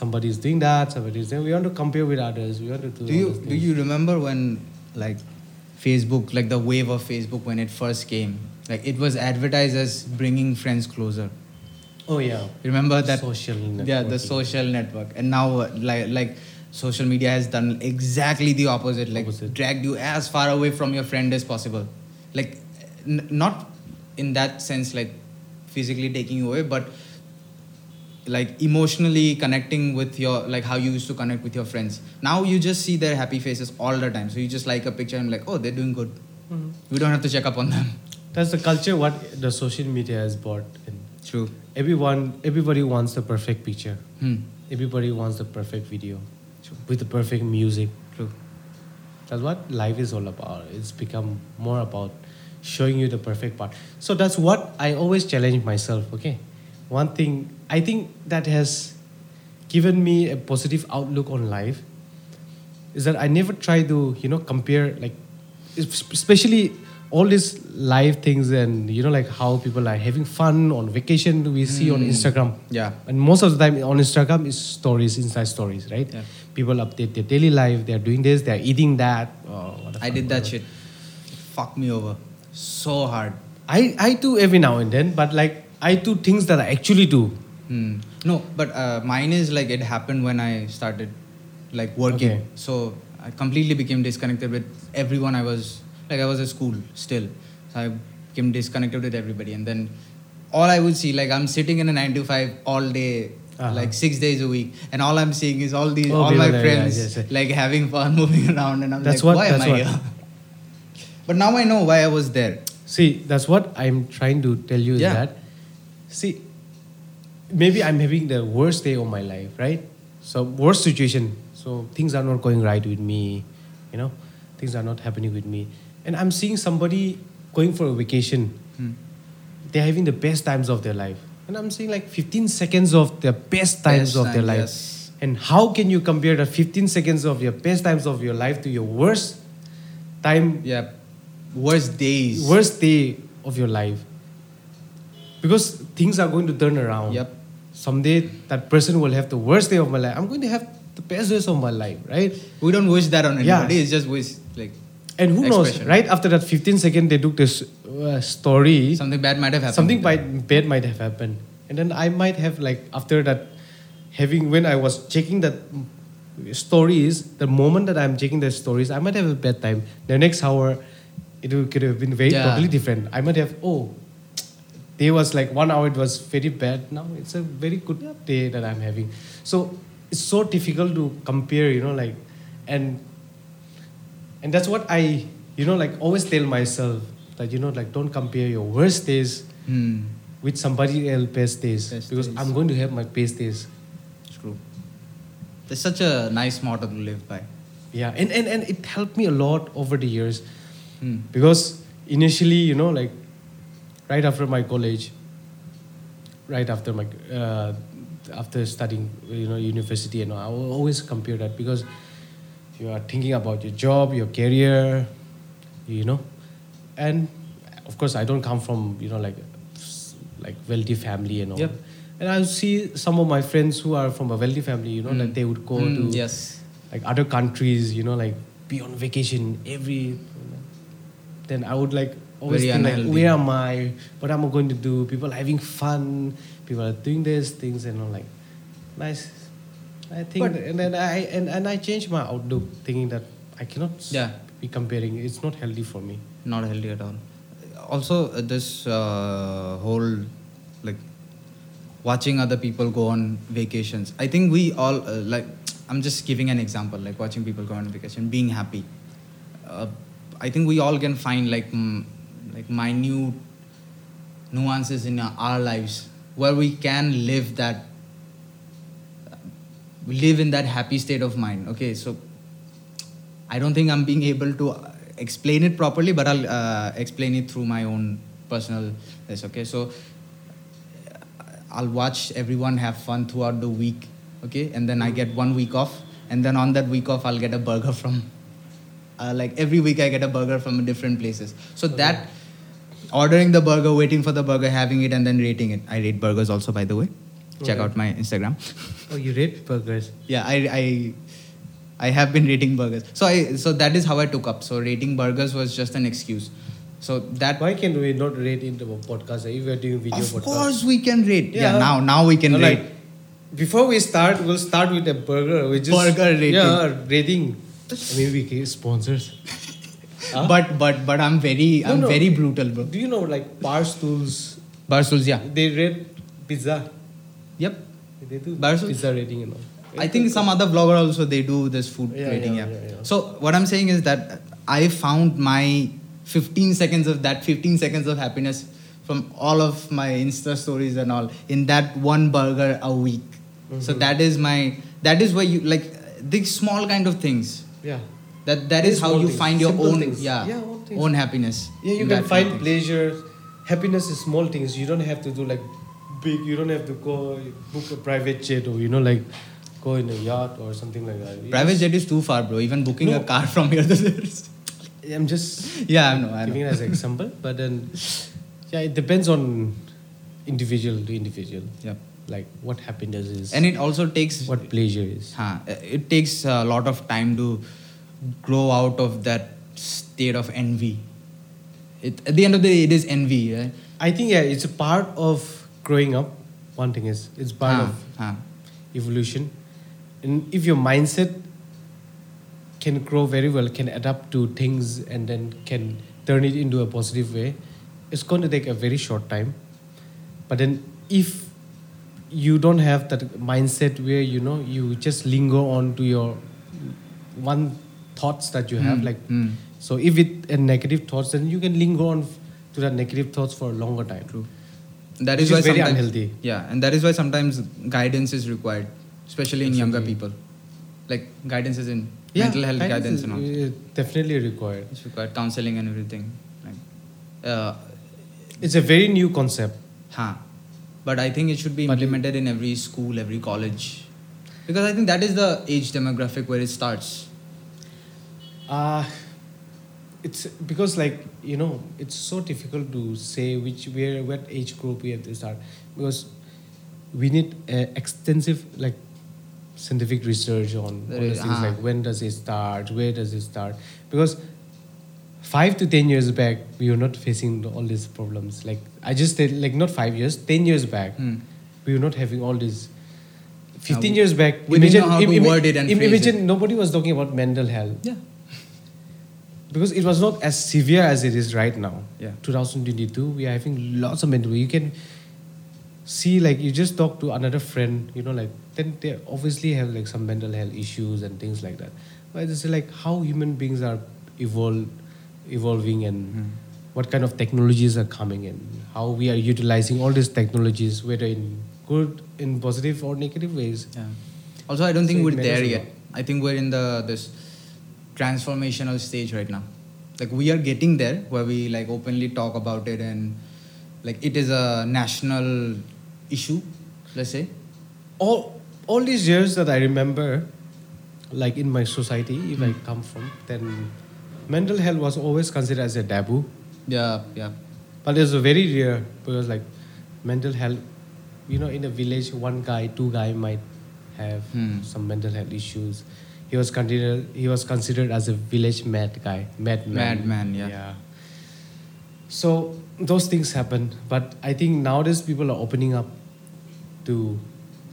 [SPEAKER 2] somebody is doing that. Somebody is doing. We want to compare with others. We want to do.
[SPEAKER 1] Do
[SPEAKER 2] all
[SPEAKER 1] you
[SPEAKER 2] those
[SPEAKER 1] do
[SPEAKER 2] things.
[SPEAKER 1] you remember when like Facebook, like the wave of Facebook when it first came? Like it was advertised as bringing friends closer.
[SPEAKER 2] Oh yeah.
[SPEAKER 1] Remember that?
[SPEAKER 2] social.
[SPEAKER 1] Yeah, the
[SPEAKER 2] networking.
[SPEAKER 1] social network. And now, uh, like like social media has done exactly the opposite. Like
[SPEAKER 2] Opposite.
[SPEAKER 1] dragged you as far away from your friend as possible. Like n- not in that sense, like physically taking you away, but like emotionally connecting with your like how you used to connect with your friends now you just see their happy faces all the time so you just like a picture and like oh they're doing good we don't have to check up on them
[SPEAKER 2] That's the culture what the social media has brought in.
[SPEAKER 1] true
[SPEAKER 2] Everyone, everybody wants the perfect picture.
[SPEAKER 1] hmm.
[SPEAKER 2] Everybody wants the perfect video,
[SPEAKER 1] True.
[SPEAKER 2] with the perfect music.
[SPEAKER 1] true
[SPEAKER 2] That's what life is all about. It's become more about showing you the perfect part. So that's what I always challenge myself. Okay, one thing I think that has given me a positive outlook on life is that I never try to you know compare like es- especially all these live things and you know like how people are having fun on vacation we see on Instagram
[SPEAKER 1] yeah
[SPEAKER 2] and most of the time on Instagram is stories, inside stories, right?
[SPEAKER 1] Yeah.
[SPEAKER 2] People update their daily life. They are doing this. They are eating that. Oh, what the
[SPEAKER 1] i
[SPEAKER 2] fuck,
[SPEAKER 1] did that
[SPEAKER 2] whatever.
[SPEAKER 1] shit fuck me over so hard
[SPEAKER 2] I I do every now and then, but like I do things that I actually do.
[SPEAKER 1] Hmm. No, but uh, mine is like it happened when I started like working.
[SPEAKER 2] Okay.
[SPEAKER 1] So I completely became disconnected with everyone I was like I was at school still. So I became disconnected with everybody and then all I would see like I'm sitting in a 9 to 5 all day
[SPEAKER 2] Uh-huh.
[SPEAKER 1] like 6 days a week and all I'm seeing is all these
[SPEAKER 2] Oh,
[SPEAKER 1] all
[SPEAKER 2] people
[SPEAKER 1] my
[SPEAKER 2] there, yeah,
[SPEAKER 1] friends
[SPEAKER 2] yes, yes.
[SPEAKER 1] like having fun moving around and I'm
[SPEAKER 2] That's
[SPEAKER 1] like
[SPEAKER 2] what-
[SPEAKER 1] why
[SPEAKER 2] that's
[SPEAKER 1] am I
[SPEAKER 2] what-
[SPEAKER 1] here? But now I know why I was there.
[SPEAKER 2] See, that's what I'm trying to tell you is
[SPEAKER 1] Yeah.
[SPEAKER 2] that. See, maybe I'm having the worst day of my life, right? So worst situation. So things are not going right with me, you know, things are not happening with me, and I'm seeing somebody going for a vacation.
[SPEAKER 1] Hmm.
[SPEAKER 2] They're having the best times of their life, and I'm seeing like 15 seconds of the best times
[SPEAKER 1] Best
[SPEAKER 2] of their
[SPEAKER 1] time,
[SPEAKER 2] life.
[SPEAKER 1] yes.
[SPEAKER 2] And how can you compare the 15 seconds of your best times of your life to your worst time
[SPEAKER 1] Yeah. Worst days.
[SPEAKER 2] worst day of your life because things are going to turn around
[SPEAKER 1] Yep.
[SPEAKER 2] someday that person will have the worst day of my life i'm going to have the best days of my life right
[SPEAKER 1] We don't wish that on
[SPEAKER 2] Yeah.
[SPEAKER 1] anybody. It's just wish like
[SPEAKER 2] and who knows
[SPEAKER 1] Expression.
[SPEAKER 2] right after that 15 second they took this uh, story
[SPEAKER 1] something bad might have happened.
[SPEAKER 2] something might, bad might have happened and then i might have like after that having when i was checking that mm, stories the moment that i'm checking the stories i might have a bad time the next hour it will- could have been very
[SPEAKER 1] Yeah.
[SPEAKER 2] totally different i might have oh day was like one hour it was very bad now it's a very good day that i'm having so it's so difficult to compare you know like and and that's what i you know like always tell myself that you know like don't compare your worst days
[SPEAKER 1] Hmm.
[SPEAKER 2] with somebody else's best days
[SPEAKER 1] Best
[SPEAKER 2] because
[SPEAKER 1] days.
[SPEAKER 2] i'm going to have my best days
[SPEAKER 1] True. That's such a nice motto to live by.
[SPEAKER 2] yeah and and, and it helped me a lot over the years
[SPEAKER 1] Hmm.
[SPEAKER 2] because initially you know like right after my college right after my uh, after studying you know university and all, i will always compare that because you are thinking about your job your career you know and of course i don't come from you know like s- like wealthy family and all
[SPEAKER 1] Yep.
[SPEAKER 2] and i see some of my friends who are from a wealthy family you know
[SPEAKER 1] Mm.
[SPEAKER 2] like they would go
[SPEAKER 1] Hmm,
[SPEAKER 2] to
[SPEAKER 1] yes.
[SPEAKER 2] like other countries, you know, like be on vacation every. Then I would like always
[SPEAKER 1] Very
[SPEAKER 2] think like,
[SPEAKER 1] unhealthy.
[SPEAKER 2] where am I? What am I going to do? People are having fun. People are doing these things and I'm like, nice. I think,
[SPEAKER 1] But-
[SPEAKER 2] and then I and, and I changed my outlook, thinking that I cannot s-
[SPEAKER 1] Yeah.
[SPEAKER 2] be comparing. It's not healthy for me.
[SPEAKER 1] not healthy at all also uh, this uh, whole like watching other people go on vacations i think we all uh, like i'm just giving an example like watching people go on vacation being happy uh, i think we all can find like m- like minute nuances in our- our lives where we can live that live in that happy state of mind okay so I don't think I'm being able to uh, explain it properly, but I'll uh, explain it through my own personal. This okay, so uh, I'll watch everyone have fun throughout the week, okay, and then I get one week off, and then on that week off, I'll get a burger from, uh, like every week I get a burger from different places. So that ordering the burger, waiting for the burger, having it, and then rating it. I rate burgers also, by the way. Check
[SPEAKER 2] Okay.
[SPEAKER 1] out my Instagram.
[SPEAKER 2] Oh, you rate burgers?
[SPEAKER 1] yeah i i i have been rating burgers so i so that is how i took up so rating burgers was just an excuse so that
[SPEAKER 2] Why can we not rate into a podcast if we're doing video
[SPEAKER 1] of
[SPEAKER 2] podcast?
[SPEAKER 1] course we can rate yeah,
[SPEAKER 2] Yeah.
[SPEAKER 1] now now we can
[SPEAKER 2] No,
[SPEAKER 1] rate
[SPEAKER 2] like, before we start, we'll start with a burger. We just
[SPEAKER 1] Burger rating.
[SPEAKER 2] Yeah, rating. I mean, we get sponsors. Huh?
[SPEAKER 1] but but but i'm very
[SPEAKER 2] No,
[SPEAKER 1] i'm
[SPEAKER 2] no.
[SPEAKER 1] very brutal bro
[SPEAKER 2] Do you know like barstools?
[SPEAKER 1] barstools yeah
[SPEAKER 2] They rate pizza.
[SPEAKER 1] yep
[SPEAKER 2] They do
[SPEAKER 1] Barstool?
[SPEAKER 2] pizza rating and all.
[SPEAKER 1] i think some other vlogger also they do this food
[SPEAKER 2] Yeah,
[SPEAKER 1] rating
[SPEAKER 2] yeah,
[SPEAKER 1] yeah,
[SPEAKER 2] yeah, yeah.
[SPEAKER 1] so what i'm saying is that i found my 15 seconds of that 15 seconds of happiness from all of my insta stories and all in that one burger a week
[SPEAKER 2] Mm-hmm.
[SPEAKER 1] so that is my that is where you like these small kind of things
[SPEAKER 2] Yeah.
[SPEAKER 1] that that
[SPEAKER 2] Very
[SPEAKER 1] is how
[SPEAKER 2] small
[SPEAKER 1] you
[SPEAKER 2] things,
[SPEAKER 1] find your
[SPEAKER 2] simple
[SPEAKER 1] own
[SPEAKER 2] things.
[SPEAKER 1] yeah,
[SPEAKER 2] Yeah, own things.
[SPEAKER 1] own happiness
[SPEAKER 2] Yeah, you
[SPEAKER 1] in
[SPEAKER 2] can
[SPEAKER 1] that kind
[SPEAKER 2] find
[SPEAKER 1] of things.
[SPEAKER 2] pleasure. Happiness is small things. You don't have to do like big. You don't have to go book a private jet or you know like go in a yacht or something like that.
[SPEAKER 1] private jet is too far bro even booking a
[SPEAKER 2] No.
[SPEAKER 1] car from here to there is
[SPEAKER 2] I'm just
[SPEAKER 1] yeah i know i know
[SPEAKER 2] giving it as an example, but then yeah, it depends on individual to individual.
[SPEAKER 1] yeah
[SPEAKER 2] Like what happiness is,
[SPEAKER 1] and it also takes
[SPEAKER 2] what pleasure is.
[SPEAKER 1] Huh. Uh, It takes a lot of time to grow out of that state of envy. It, at the end of the day, it is envy, right?
[SPEAKER 2] I think yeah, it's a part of growing up. One thing is it's part
[SPEAKER 1] Huh,
[SPEAKER 2] of
[SPEAKER 1] huh.
[SPEAKER 2] evolution, and if your mindset can grow very well, can adapt to things, and then can turn it into a positive way, it's going to take a very short time. But then if you don't have that mindset where you know you just linger on to your one thoughts that you have
[SPEAKER 1] Hmm,
[SPEAKER 2] like
[SPEAKER 1] hmm.
[SPEAKER 2] so if it a negative thoughts then you can linger on to that negative thoughts for a longer time
[SPEAKER 1] True. That
[SPEAKER 2] Which
[SPEAKER 1] is why
[SPEAKER 2] is very
[SPEAKER 1] sometimes-
[SPEAKER 2] unhealthy.
[SPEAKER 1] Yeah, and that is why sometimes guidance is required, especially in younger
[SPEAKER 2] Exactly.
[SPEAKER 1] people. Like guidance is in mental health guidance
[SPEAKER 2] guidance is,
[SPEAKER 1] and all.
[SPEAKER 2] uh, definitely required
[SPEAKER 1] It's required counseling and everything. Like, uh,
[SPEAKER 2] it's a very new concept
[SPEAKER 1] huh. But I think it should be
[SPEAKER 2] But-
[SPEAKER 1] implemented in every school, every college, because I think that is the age demographic where it starts.
[SPEAKER 2] uh, it's because like you know it's so difficult to say which where what age group we have to start because we need uh, extensive like scientific research on all
[SPEAKER 1] There
[SPEAKER 2] these
[SPEAKER 1] is-
[SPEAKER 2] things
[SPEAKER 1] ah.
[SPEAKER 2] like when does it start where does it start because five to ten years back we were not facing all these problems like i just said like not five years ten years back
[SPEAKER 1] Hmm.
[SPEAKER 2] we were not having all these 15
[SPEAKER 1] Uh,
[SPEAKER 2] years back
[SPEAKER 1] we didn't know how to word it and
[SPEAKER 2] im-
[SPEAKER 1] phrase it.
[SPEAKER 2] imagine nobody was talking about mental health
[SPEAKER 1] Yeah.
[SPEAKER 2] because it was not as severe as it is right now.
[SPEAKER 1] Yeah.
[SPEAKER 2] 2022, we are having lots of mental. You can see, like, you just talk to another friend, you know, like, then they obviously have like some mental health issues and things like that. But it's like how human beings are evolve, evolving and what kind of technologies are coming in, how we are utilizing all these technologies, whether in good, in positive or negative ways.
[SPEAKER 1] Yeah. Also, I don't
[SPEAKER 2] So
[SPEAKER 1] think
[SPEAKER 2] it
[SPEAKER 1] we're
[SPEAKER 2] matters
[SPEAKER 1] there
[SPEAKER 2] a
[SPEAKER 1] yet. I think we're in the this transformational stage right now. Like we are getting there where we like openly talk about it and like it is a national issue, let's say.
[SPEAKER 2] all all these years that I remember, like in my society, if I come from, then mental health was always considered as a taboo.
[SPEAKER 1] Yeah, yeah.
[SPEAKER 2] But it's very rare because like mental health, you know, in a village, one guy, two guy might have
[SPEAKER 1] Hmm.
[SPEAKER 2] some mental health issues. He was considered he was considered as a village mad guy, mad man.
[SPEAKER 1] Madman, yeah.
[SPEAKER 2] yeah. So those things happen, but I think nowadays people are opening up to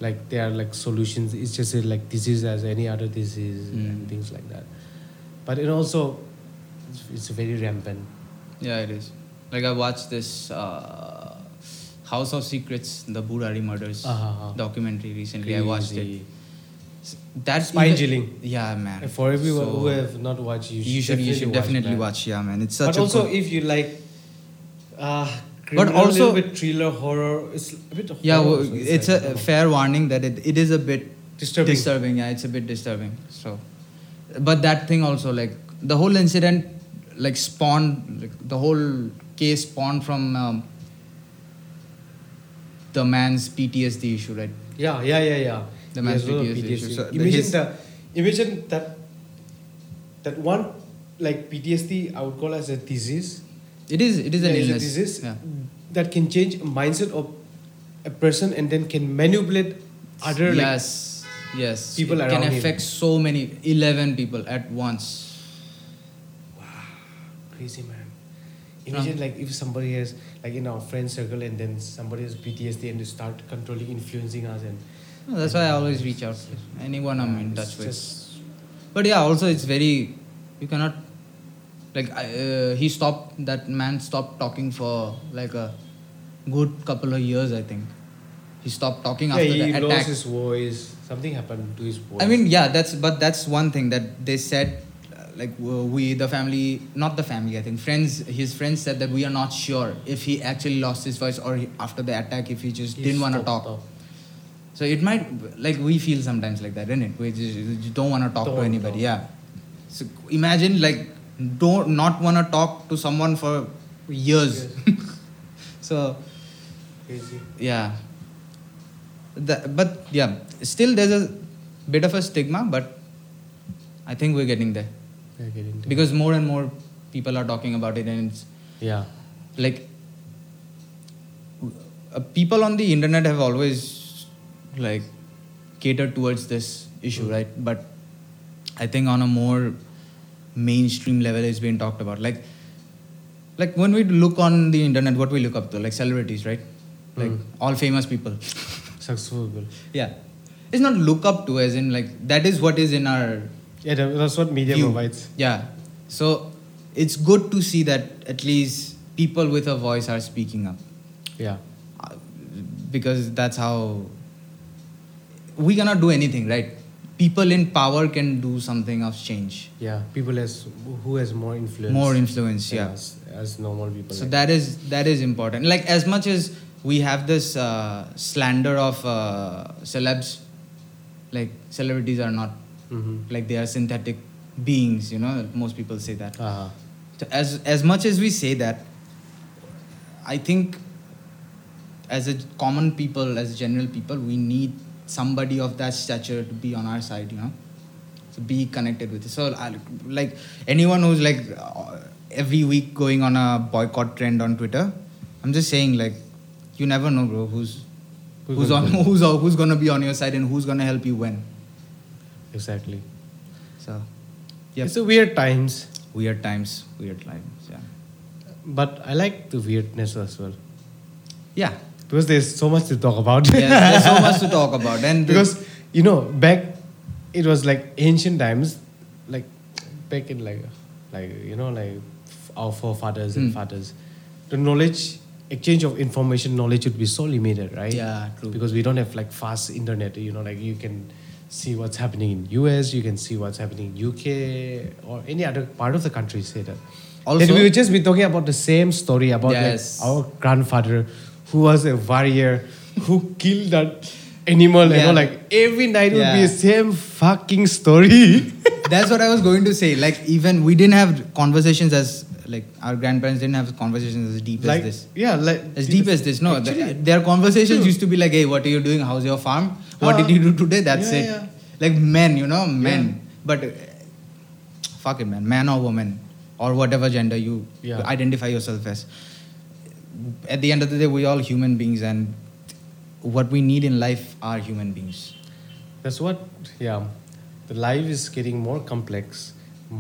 [SPEAKER 2] like there are like solutions. It's just a, like disease as any other disease and things like that. But it also it's, it's very rampant.
[SPEAKER 3] Yeah, it is. Like I watched this uh, House of Secrets, the Burari murders
[SPEAKER 2] Ah, ah, ah.
[SPEAKER 3] documentary recently. I watched it.
[SPEAKER 2] Crazy.
[SPEAKER 3] S- That's
[SPEAKER 2] Spine
[SPEAKER 3] even-
[SPEAKER 2] chilling.
[SPEAKER 3] Yeah, man.
[SPEAKER 2] And For everyone
[SPEAKER 3] So,
[SPEAKER 2] who have not watched, you
[SPEAKER 3] you
[SPEAKER 2] should,
[SPEAKER 3] should you should definitely,
[SPEAKER 2] man.
[SPEAKER 3] watch, Yeah, man. It's such
[SPEAKER 2] but
[SPEAKER 3] a
[SPEAKER 2] also
[SPEAKER 3] good-
[SPEAKER 2] if you like uh
[SPEAKER 1] But
[SPEAKER 2] but also
[SPEAKER 1] also-
[SPEAKER 2] little bit thriller horror it's a bit of
[SPEAKER 1] Yeah,
[SPEAKER 2] horror
[SPEAKER 1] well,
[SPEAKER 2] also,
[SPEAKER 1] it's
[SPEAKER 2] like,
[SPEAKER 1] a
[SPEAKER 2] oh,
[SPEAKER 1] fair warning that it, it is a bit
[SPEAKER 2] disturbing
[SPEAKER 1] disturbing yeah it's a bit disturbing so but that thing also like the whole incident like spawned like the whole case spawned from um, the man's ptsd issue right
[SPEAKER 2] yeah yeah yeah yeah
[SPEAKER 1] The
[SPEAKER 2] He
[SPEAKER 1] man's
[SPEAKER 2] has a lot of
[SPEAKER 1] PTSD
[SPEAKER 2] PTSD.
[SPEAKER 1] issue. So the-
[SPEAKER 2] imagine
[SPEAKER 1] his-
[SPEAKER 2] the imagine that that one like PTSD I would call as a disease
[SPEAKER 1] it is it is an
[SPEAKER 2] Yeah, it's
[SPEAKER 1] illness
[SPEAKER 2] a disease
[SPEAKER 1] yeah
[SPEAKER 2] that can change mindset of a person and then can manipulate other like
[SPEAKER 1] yes yes
[SPEAKER 2] people
[SPEAKER 1] it can
[SPEAKER 2] around him.
[SPEAKER 1] affect so many 11 people at once
[SPEAKER 2] crazy man imagine like if somebody has like in our friend circle and then somebody has PTSD and they start controlling influencing us and
[SPEAKER 1] No, that's why i always reach out to anyone i'm in
[SPEAKER 2] It's
[SPEAKER 1] touch with
[SPEAKER 2] just-
[SPEAKER 1] But yeah, also it's very you cannot like I- uh, he stopped that man stopped talking for like a good couple of years I think. He stopped talking
[SPEAKER 2] yeah,
[SPEAKER 1] after
[SPEAKER 2] he
[SPEAKER 1] the
[SPEAKER 2] lost
[SPEAKER 1] attack.
[SPEAKER 2] his voice. Something happened to his voice.
[SPEAKER 1] I mean, yeah, that's but that's one thing that they said uh, like w- we the family not the family I think friends his friends said that we are not sure if he actually lost his voice or he, after the attack if he just
[SPEAKER 2] He
[SPEAKER 1] didn't want to
[SPEAKER 2] stopped
[SPEAKER 1] talk. So it might like we feel sometimes like that, innit? We just you don't want to talk to
[SPEAKER 2] Don't
[SPEAKER 1] anybody.
[SPEAKER 2] talk.
[SPEAKER 1] Yeah. So imagine like don't not want to talk to someone for years. so
[SPEAKER 2] Crazy.
[SPEAKER 1] yeah. The, but yeah, still there's a bit of a stigma, but I think we're getting there
[SPEAKER 2] Yeah, getting to-
[SPEAKER 1] because more and more people are talking about it, and it's
[SPEAKER 2] yeah,
[SPEAKER 1] like uh, people on the internet have always like catered towards this issue right but i think on a more mainstream level it's been talked about like like when we look on the internet what we look up to like celebrities right like all famous people
[SPEAKER 2] successful. girl.
[SPEAKER 1] yeah it's not look up to as in like that is what is in our
[SPEAKER 2] Yeah, that- that's what media
[SPEAKER 1] view.
[SPEAKER 2] provides.
[SPEAKER 1] Yeah. So it's good to see that at least people with a voice are speaking up
[SPEAKER 2] Yeah,
[SPEAKER 1] Uh, because that's how we cannot do anything, right? People in power can do something of change,
[SPEAKER 2] yeah. People has who has more influence.
[SPEAKER 1] more influence.
[SPEAKER 2] than
[SPEAKER 1] Yeah.
[SPEAKER 2] us, as normal people.
[SPEAKER 1] So
[SPEAKER 2] like-
[SPEAKER 1] that is that is important. Like as much as we have this uh, slander of uh, celebs, like celebrities are not
[SPEAKER 2] Mhm.
[SPEAKER 1] like they are synthetic beings. You know, most people say that.
[SPEAKER 2] Uh-huh.
[SPEAKER 1] So as as much as we say that, I think as a common people, as general people, we need somebody of that stature to be on our side, you know. So be connected with it. So I, like anyone who's like uh, every week going on a boycott trend on Twitter, I'm just saying like you never know, bro, who's
[SPEAKER 2] Who's
[SPEAKER 1] who's,
[SPEAKER 2] gonna
[SPEAKER 1] on
[SPEAKER 2] be-
[SPEAKER 1] who's on- who's gonna be on your side and who's gonna help you when.
[SPEAKER 2] Exactly.
[SPEAKER 1] So yeah,
[SPEAKER 2] It's a weird times,
[SPEAKER 1] weird times, weird times. Yeah,
[SPEAKER 2] but I like the weirdness as well
[SPEAKER 1] yeah.
[SPEAKER 2] because there's so much to talk about.
[SPEAKER 1] yes, there's so much to talk about. And the-
[SPEAKER 2] because you know back it was like ancient times like back in like like you know like f- our forefathers and
[SPEAKER 1] Hmm.
[SPEAKER 2] fathers the knowledge exchange of information knowledge would be so limited right
[SPEAKER 1] Yeah, true.
[SPEAKER 2] because we don't have like fast internet you know like you can see what's happening in us you can see what's happening in uk or any other part of the country say that
[SPEAKER 1] Also-
[SPEAKER 2] then we would just be talking about the same story about
[SPEAKER 1] Yes.
[SPEAKER 2] like our grandfather who was a warrior who killed that animal you know
[SPEAKER 1] Yeah.
[SPEAKER 2] like every night would be
[SPEAKER 1] Yeah.
[SPEAKER 2] the same fucking story
[SPEAKER 1] that's what I was going to say. Like even we didn't have conversations as like our grandparents didn't have conversations as deep
[SPEAKER 2] like
[SPEAKER 1] as this.
[SPEAKER 2] yeah like
[SPEAKER 1] As deep as this, no. th-
[SPEAKER 2] Actually,
[SPEAKER 1] their conversations
[SPEAKER 2] true.
[SPEAKER 1] used to be like, "Hey, what are you doing? How's your farm? What
[SPEAKER 2] Ah.
[SPEAKER 1] did you do today? That's
[SPEAKER 2] Yeah,
[SPEAKER 1] it."
[SPEAKER 2] yeah.
[SPEAKER 1] Like men, you know, men. But uh, fuck it, man, man or woman, or whatever gender you
[SPEAKER 2] Yeah.
[SPEAKER 1] identify yourself as. At the end of the day, we're all human beings, and what we need in life are human beings.
[SPEAKER 2] that's what yeah the life is getting more complex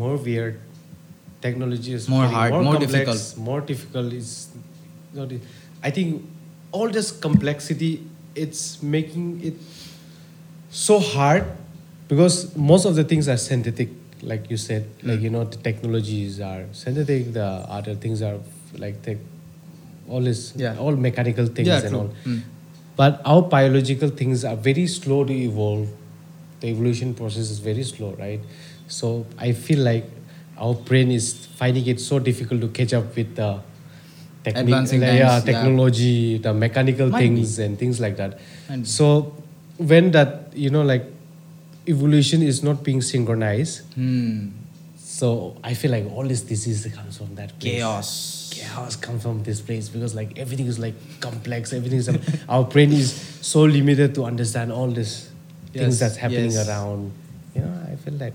[SPEAKER 2] more weird technology is
[SPEAKER 1] More
[SPEAKER 2] getting
[SPEAKER 1] hard,
[SPEAKER 2] more,
[SPEAKER 1] more
[SPEAKER 2] complex,
[SPEAKER 1] difficult.
[SPEAKER 2] more difficult. Is not. e- I think all this complexity it's making it so hard because most of the things are synthetic, like you said.
[SPEAKER 1] Mm.
[SPEAKER 2] Like you know, the technologies are synthetic. The other things are like tech, all is
[SPEAKER 1] Yeah.
[SPEAKER 2] all mechanical things
[SPEAKER 1] Yeah,
[SPEAKER 2] and
[SPEAKER 1] true.
[SPEAKER 2] all.
[SPEAKER 1] Mm.
[SPEAKER 2] But our biological things are very slow to evolve. The evolution process is very slow, right? So I feel like our brain is finding it so difficult to catch up with the techni-
[SPEAKER 1] Advancing
[SPEAKER 2] like, yeah,
[SPEAKER 1] times, yeah.
[SPEAKER 2] technology, the mechanical
[SPEAKER 1] Might
[SPEAKER 2] things and things like that.
[SPEAKER 1] Might be.
[SPEAKER 2] So when that you know like evolution is not being synchronized,
[SPEAKER 1] Hmm.
[SPEAKER 2] so I feel like all these diseases comes from that place
[SPEAKER 1] Chaos.
[SPEAKER 2] chaos comes from this place because like everything is like complex everything is um, our brain is so limited to understand all this
[SPEAKER 1] Yes,
[SPEAKER 2] things that's happening
[SPEAKER 1] yes.
[SPEAKER 2] around you know i feel like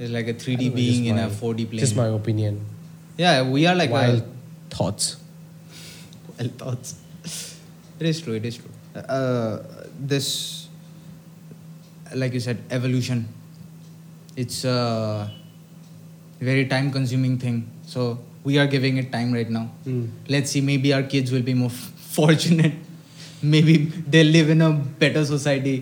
[SPEAKER 1] It's like a
[SPEAKER 2] I
[SPEAKER 1] 3D
[SPEAKER 2] don't know,
[SPEAKER 1] being
[SPEAKER 2] just
[SPEAKER 1] in
[SPEAKER 2] my-
[SPEAKER 1] a 4D plane.
[SPEAKER 2] just my opinion
[SPEAKER 1] yeah, we are like uh,
[SPEAKER 2] wild
[SPEAKER 1] wild,
[SPEAKER 2] thoughts
[SPEAKER 1] wild thoughts. It is true. It is true. Uh, this, like you said, evolution. It's a very time-consuming thing. So we are giving it time right now.
[SPEAKER 2] Hmm.
[SPEAKER 1] Let's see. Maybe our kids will be more fortunate. Maybe they live in a better society,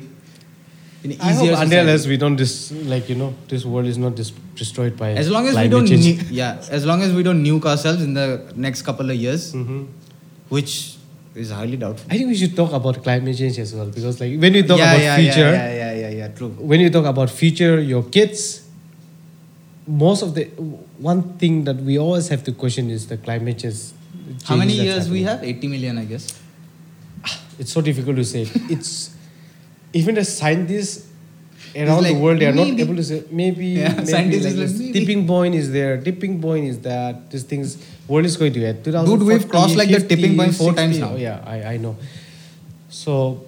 [SPEAKER 1] in easier
[SPEAKER 2] i hope
[SPEAKER 1] society.
[SPEAKER 2] unless we don't dis- like you know this world is not dis- destroyed by
[SPEAKER 1] as long as we
[SPEAKER 2] climate
[SPEAKER 1] don't
[SPEAKER 2] change.
[SPEAKER 1] nu- yeah as long as we don't nuke ourselves in the next couple of years
[SPEAKER 2] Mhm.
[SPEAKER 1] which is highly doubtful
[SPEAKER 2] i think we should talk about climate change as well because like when you talk about
[SPEAKER 1] yeah,
[SPEAKER 2] future
[SPEAKER 1] yeah, yeah yeah yeah yeah true
[SPEAKER 2] when you talk about future your kids most of the one thing that we always have to question is the climate change
[SPEAKER 1] how many
[SPEAKER 2] changes that's
[SPEAKER 1] years we
[SPEAKER 2] happening.
[SPEAKER 1] have 80 million i guess
[SPEAKER 2] it's so difficult to say it's even the scientists around
[SPEAKER 1] like,
[SPEAKER 2] the world they are not
[SPEAKER 1] maybe.
[SPEAKER 2] able to say maybe,
[SPEAKER 1] Yeah,
[SPEAKER 2] maybe
[SPEAKER 1] scientists is
[SPEAKER 2] this
[SPEAKER 1] like, maybe.
[SPEAKER 2] tipping point is there tipping point is that these things world is going to get 2040,
[SPEAKER 1] Dude, we've crossed like the tipping point four times now.
[SPEAKER 2] oh yeah I, I know so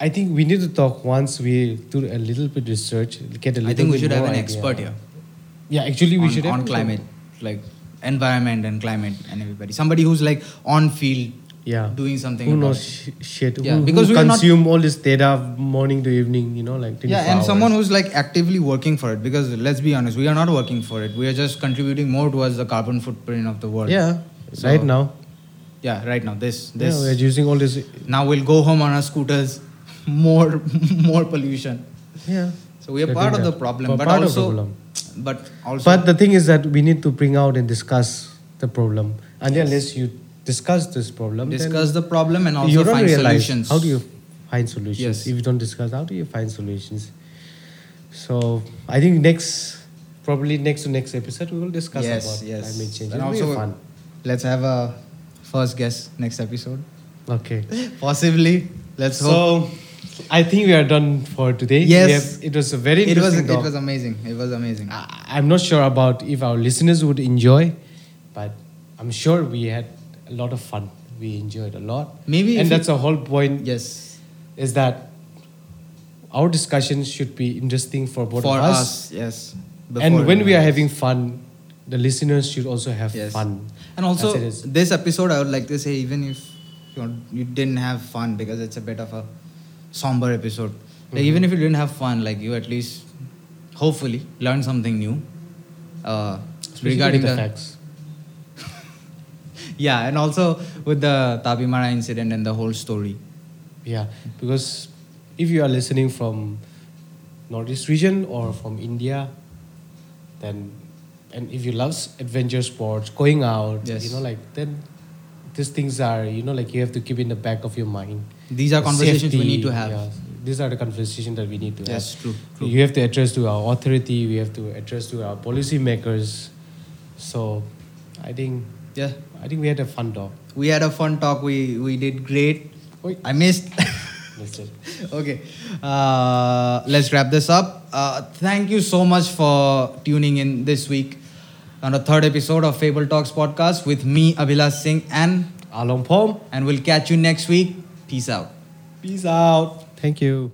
[SPEAKER 2] I think we need to talk once we do a little bit research get a little
[SPEAKER 1] i think we
[SPEAKER 2] bit
[SPEAKER 1] should have
[SPEAKER 2] more
[SPEAKER 1] an
[SPEAKER 2] idea.
[SPEAKER 1] expert here
[SPEAKER 2] Yeah, actually, we
[SPEAKER 1] on,
[SPEAKER 2] should have
[SPEAKER 1] on
[SPEAKER 2] to-
[SPEAKER 1] climate like environment and climate and everybody somebody who's like on field
[SPEAKER 2] Yeah,
[SPEAKER 1] doing something
[SPEAKER 2] Who
[SPEAKER 1] about
[SPEAKER 2] knows
[SPEAKER 1] it.
[SPEAKER 2] sh- shit?
[SPEAKER 1] Yeah,
[SPEAKER 2] who,
[SPEAKER 1] because
[SPEAKER 2] who
[SPEAKER 1] we are not-
[SPEAKER 2] consume all this data morning to evening. You know, like
[SPEAKER 1] yeah
[SPEAKER 2] 24
[SPEAKER 1] and
[SPEAKER 2] hours.
[SPEAKER 1] someone who's like actively working for it because let's be honest we are not working for it we are just contributing more towards the carbon footprint of the world
[SPEAKER 2] yeah,
[SPEAKER 1] So-
[SPEAKER 2] right now.
[SPEAKER 1] yeah right now this
[SPEAKER 2] Yeah,
[SPEAKER 1] this
[SPEAKER 2] we're using all this.
[SPEAKER 1] now we'll go home on our scooters more more pollution
[SPEAKER 2] Yeah.
[SPEAKER 1] so we are
[SPEAKER 2] We're
[SPEAKER 1] part of
[SPEAKER 2] doing
[SPEAKER 1] the
[SPEAKER 2] that.
[SPEAKER 1] problem
[SPEAKER 2] We're
[SPEAKER 1] but
[SPEAKER 2] part of
[SPEAKER 1] also
[SPEAKER 2] the problem.
[SPEAKER 1] but also
[SPEAKER 2] But the thing is that we need to bring out and discuss the problem. And unless you discuss this problem, then
[SPEAKER 1] discuss the problem and also
[SPEAKER 2] you don't
[SPEAKER 1] find
[SPEAKER 2] realize
[SPEAKER 1] solutions
[SPEAKER 2] how do you find solutions
[SPEAKER 1] Yes.
[SPEAKER 2] if you don't discuss how do you find solutions. So I think next, probably next to next episode, we will discuss
[SPEAKER 1] yes
[SPEAKER 2] about
[SPEAKER 1] yes
[SPEAKER 2] climate change.
[SPEAKER 1] and
[SPEAKER 2] It'll be
[SPEAKER 1] also
[SPEAKER 2] fun.
[SPEAKER 1] let's have a first guest next episode
[SPEAKER 2] Okay.
[SPEAKER 1] possibly let's hope
[SPEAKER 2] So, I think we are done for today.
[SPEAKER 1] Yes.
[SPEAKER 2] We have- it was a very
[SPEAKER 1] it was
[SPEAKER 2] interesting
[SPEAKER 1] it
[SPEAKER 2] talk.
[SPEAKER 1] was amazing it was amazing
[SPEAKER 2] I, I'm not sure about if our listeners would enjoy, but I'm sure we had a lot of fun. We enjoyed a lot.
[SPEAKER 1] Maybe if
[SPEAKER 2] and
[SPEAKER 1] you-
[SPEAKER 2] that's the whole point
[SPEAKER 1] yes
[SPEAKER 2] is that our discussions should be interesting for both
[SPEAKER 1] for
[SPEAKER 2] of
[SPEAKER 1] us,
[SPEAKER 2] us.
[SPEAKER 1] yes
[SPEAKER 2] and
[SPEAKER 1] Before
[SPEAKER 2] when we
[SPEAKER 1] everyone
[SPEAKER 2] are
[SPEAKER 1] else.
[SPEAKER 2] having fun, the listeners should also have
[SPEAKER 1] Yes.
[SPEAKER 2] fun.
[SPEAKER 1] And also,
[SPEAKER 2] As it is.
[SPEAKER 1] this episode, I would like to say, even if you, know, you didn't have fun, because it's a bit of a somber episode.
[SPEAKER 2] Mm-hmm.
[SPEAKER 1] Like, even if you didn't have fun, like you at least, hopefully, learn something new. Uh,
[SPEAKER 2] Especially
[SPEAKER 1] regarding the,
[SPEAKER 2] with the facts.
[SPEAKER 1] yeah, and also with the Tabimara incident and the whole story.
[SPEAKER 2] Yeah, because if you are listening from Northeast region or from India, then and if you love s- adventure sports, going out,
[SPEAKER 1] Yes.
[SPEAKER 2] you know, like then these things are you know like you have to keep in the back of your mind.
[SPEAKER 1] These are
[SPEAKER 2] The
[SPEAKER 1] conversations we need to
[SPEAKER 2] safety,
[SPEAKER 1] have.
[SPEAKER 2] yeah, these are the conversations that we need to
[SPEAKER 1] Yes,
[SPEAKER 2] have.
[SPEAKER 1] true, true.
[SPEAKER 2] You have to address to our authority. We have to address to our policymakers. So, I think
[SPEAKER 1] Yeah,
[SPEAKER 2] I think we had a fun talk.
[SPEAKER 1] we had a fun talk. We we did great.
[SPEAKER 2] Oi.
[SPEAKER 1] I missed.
[SPEAKER 2] That's it.
[SPEAKER 1] okay uh, let's wrap this up uh, thank you so much for tuning in this week on the third episode of fable talks podcast with me abhilash singh and
[SPEAKER 2] Along Pom.
[SPEAKER 1] and we'll catch you next week peace out
[SPEAKER 2] Peace out. Thank you.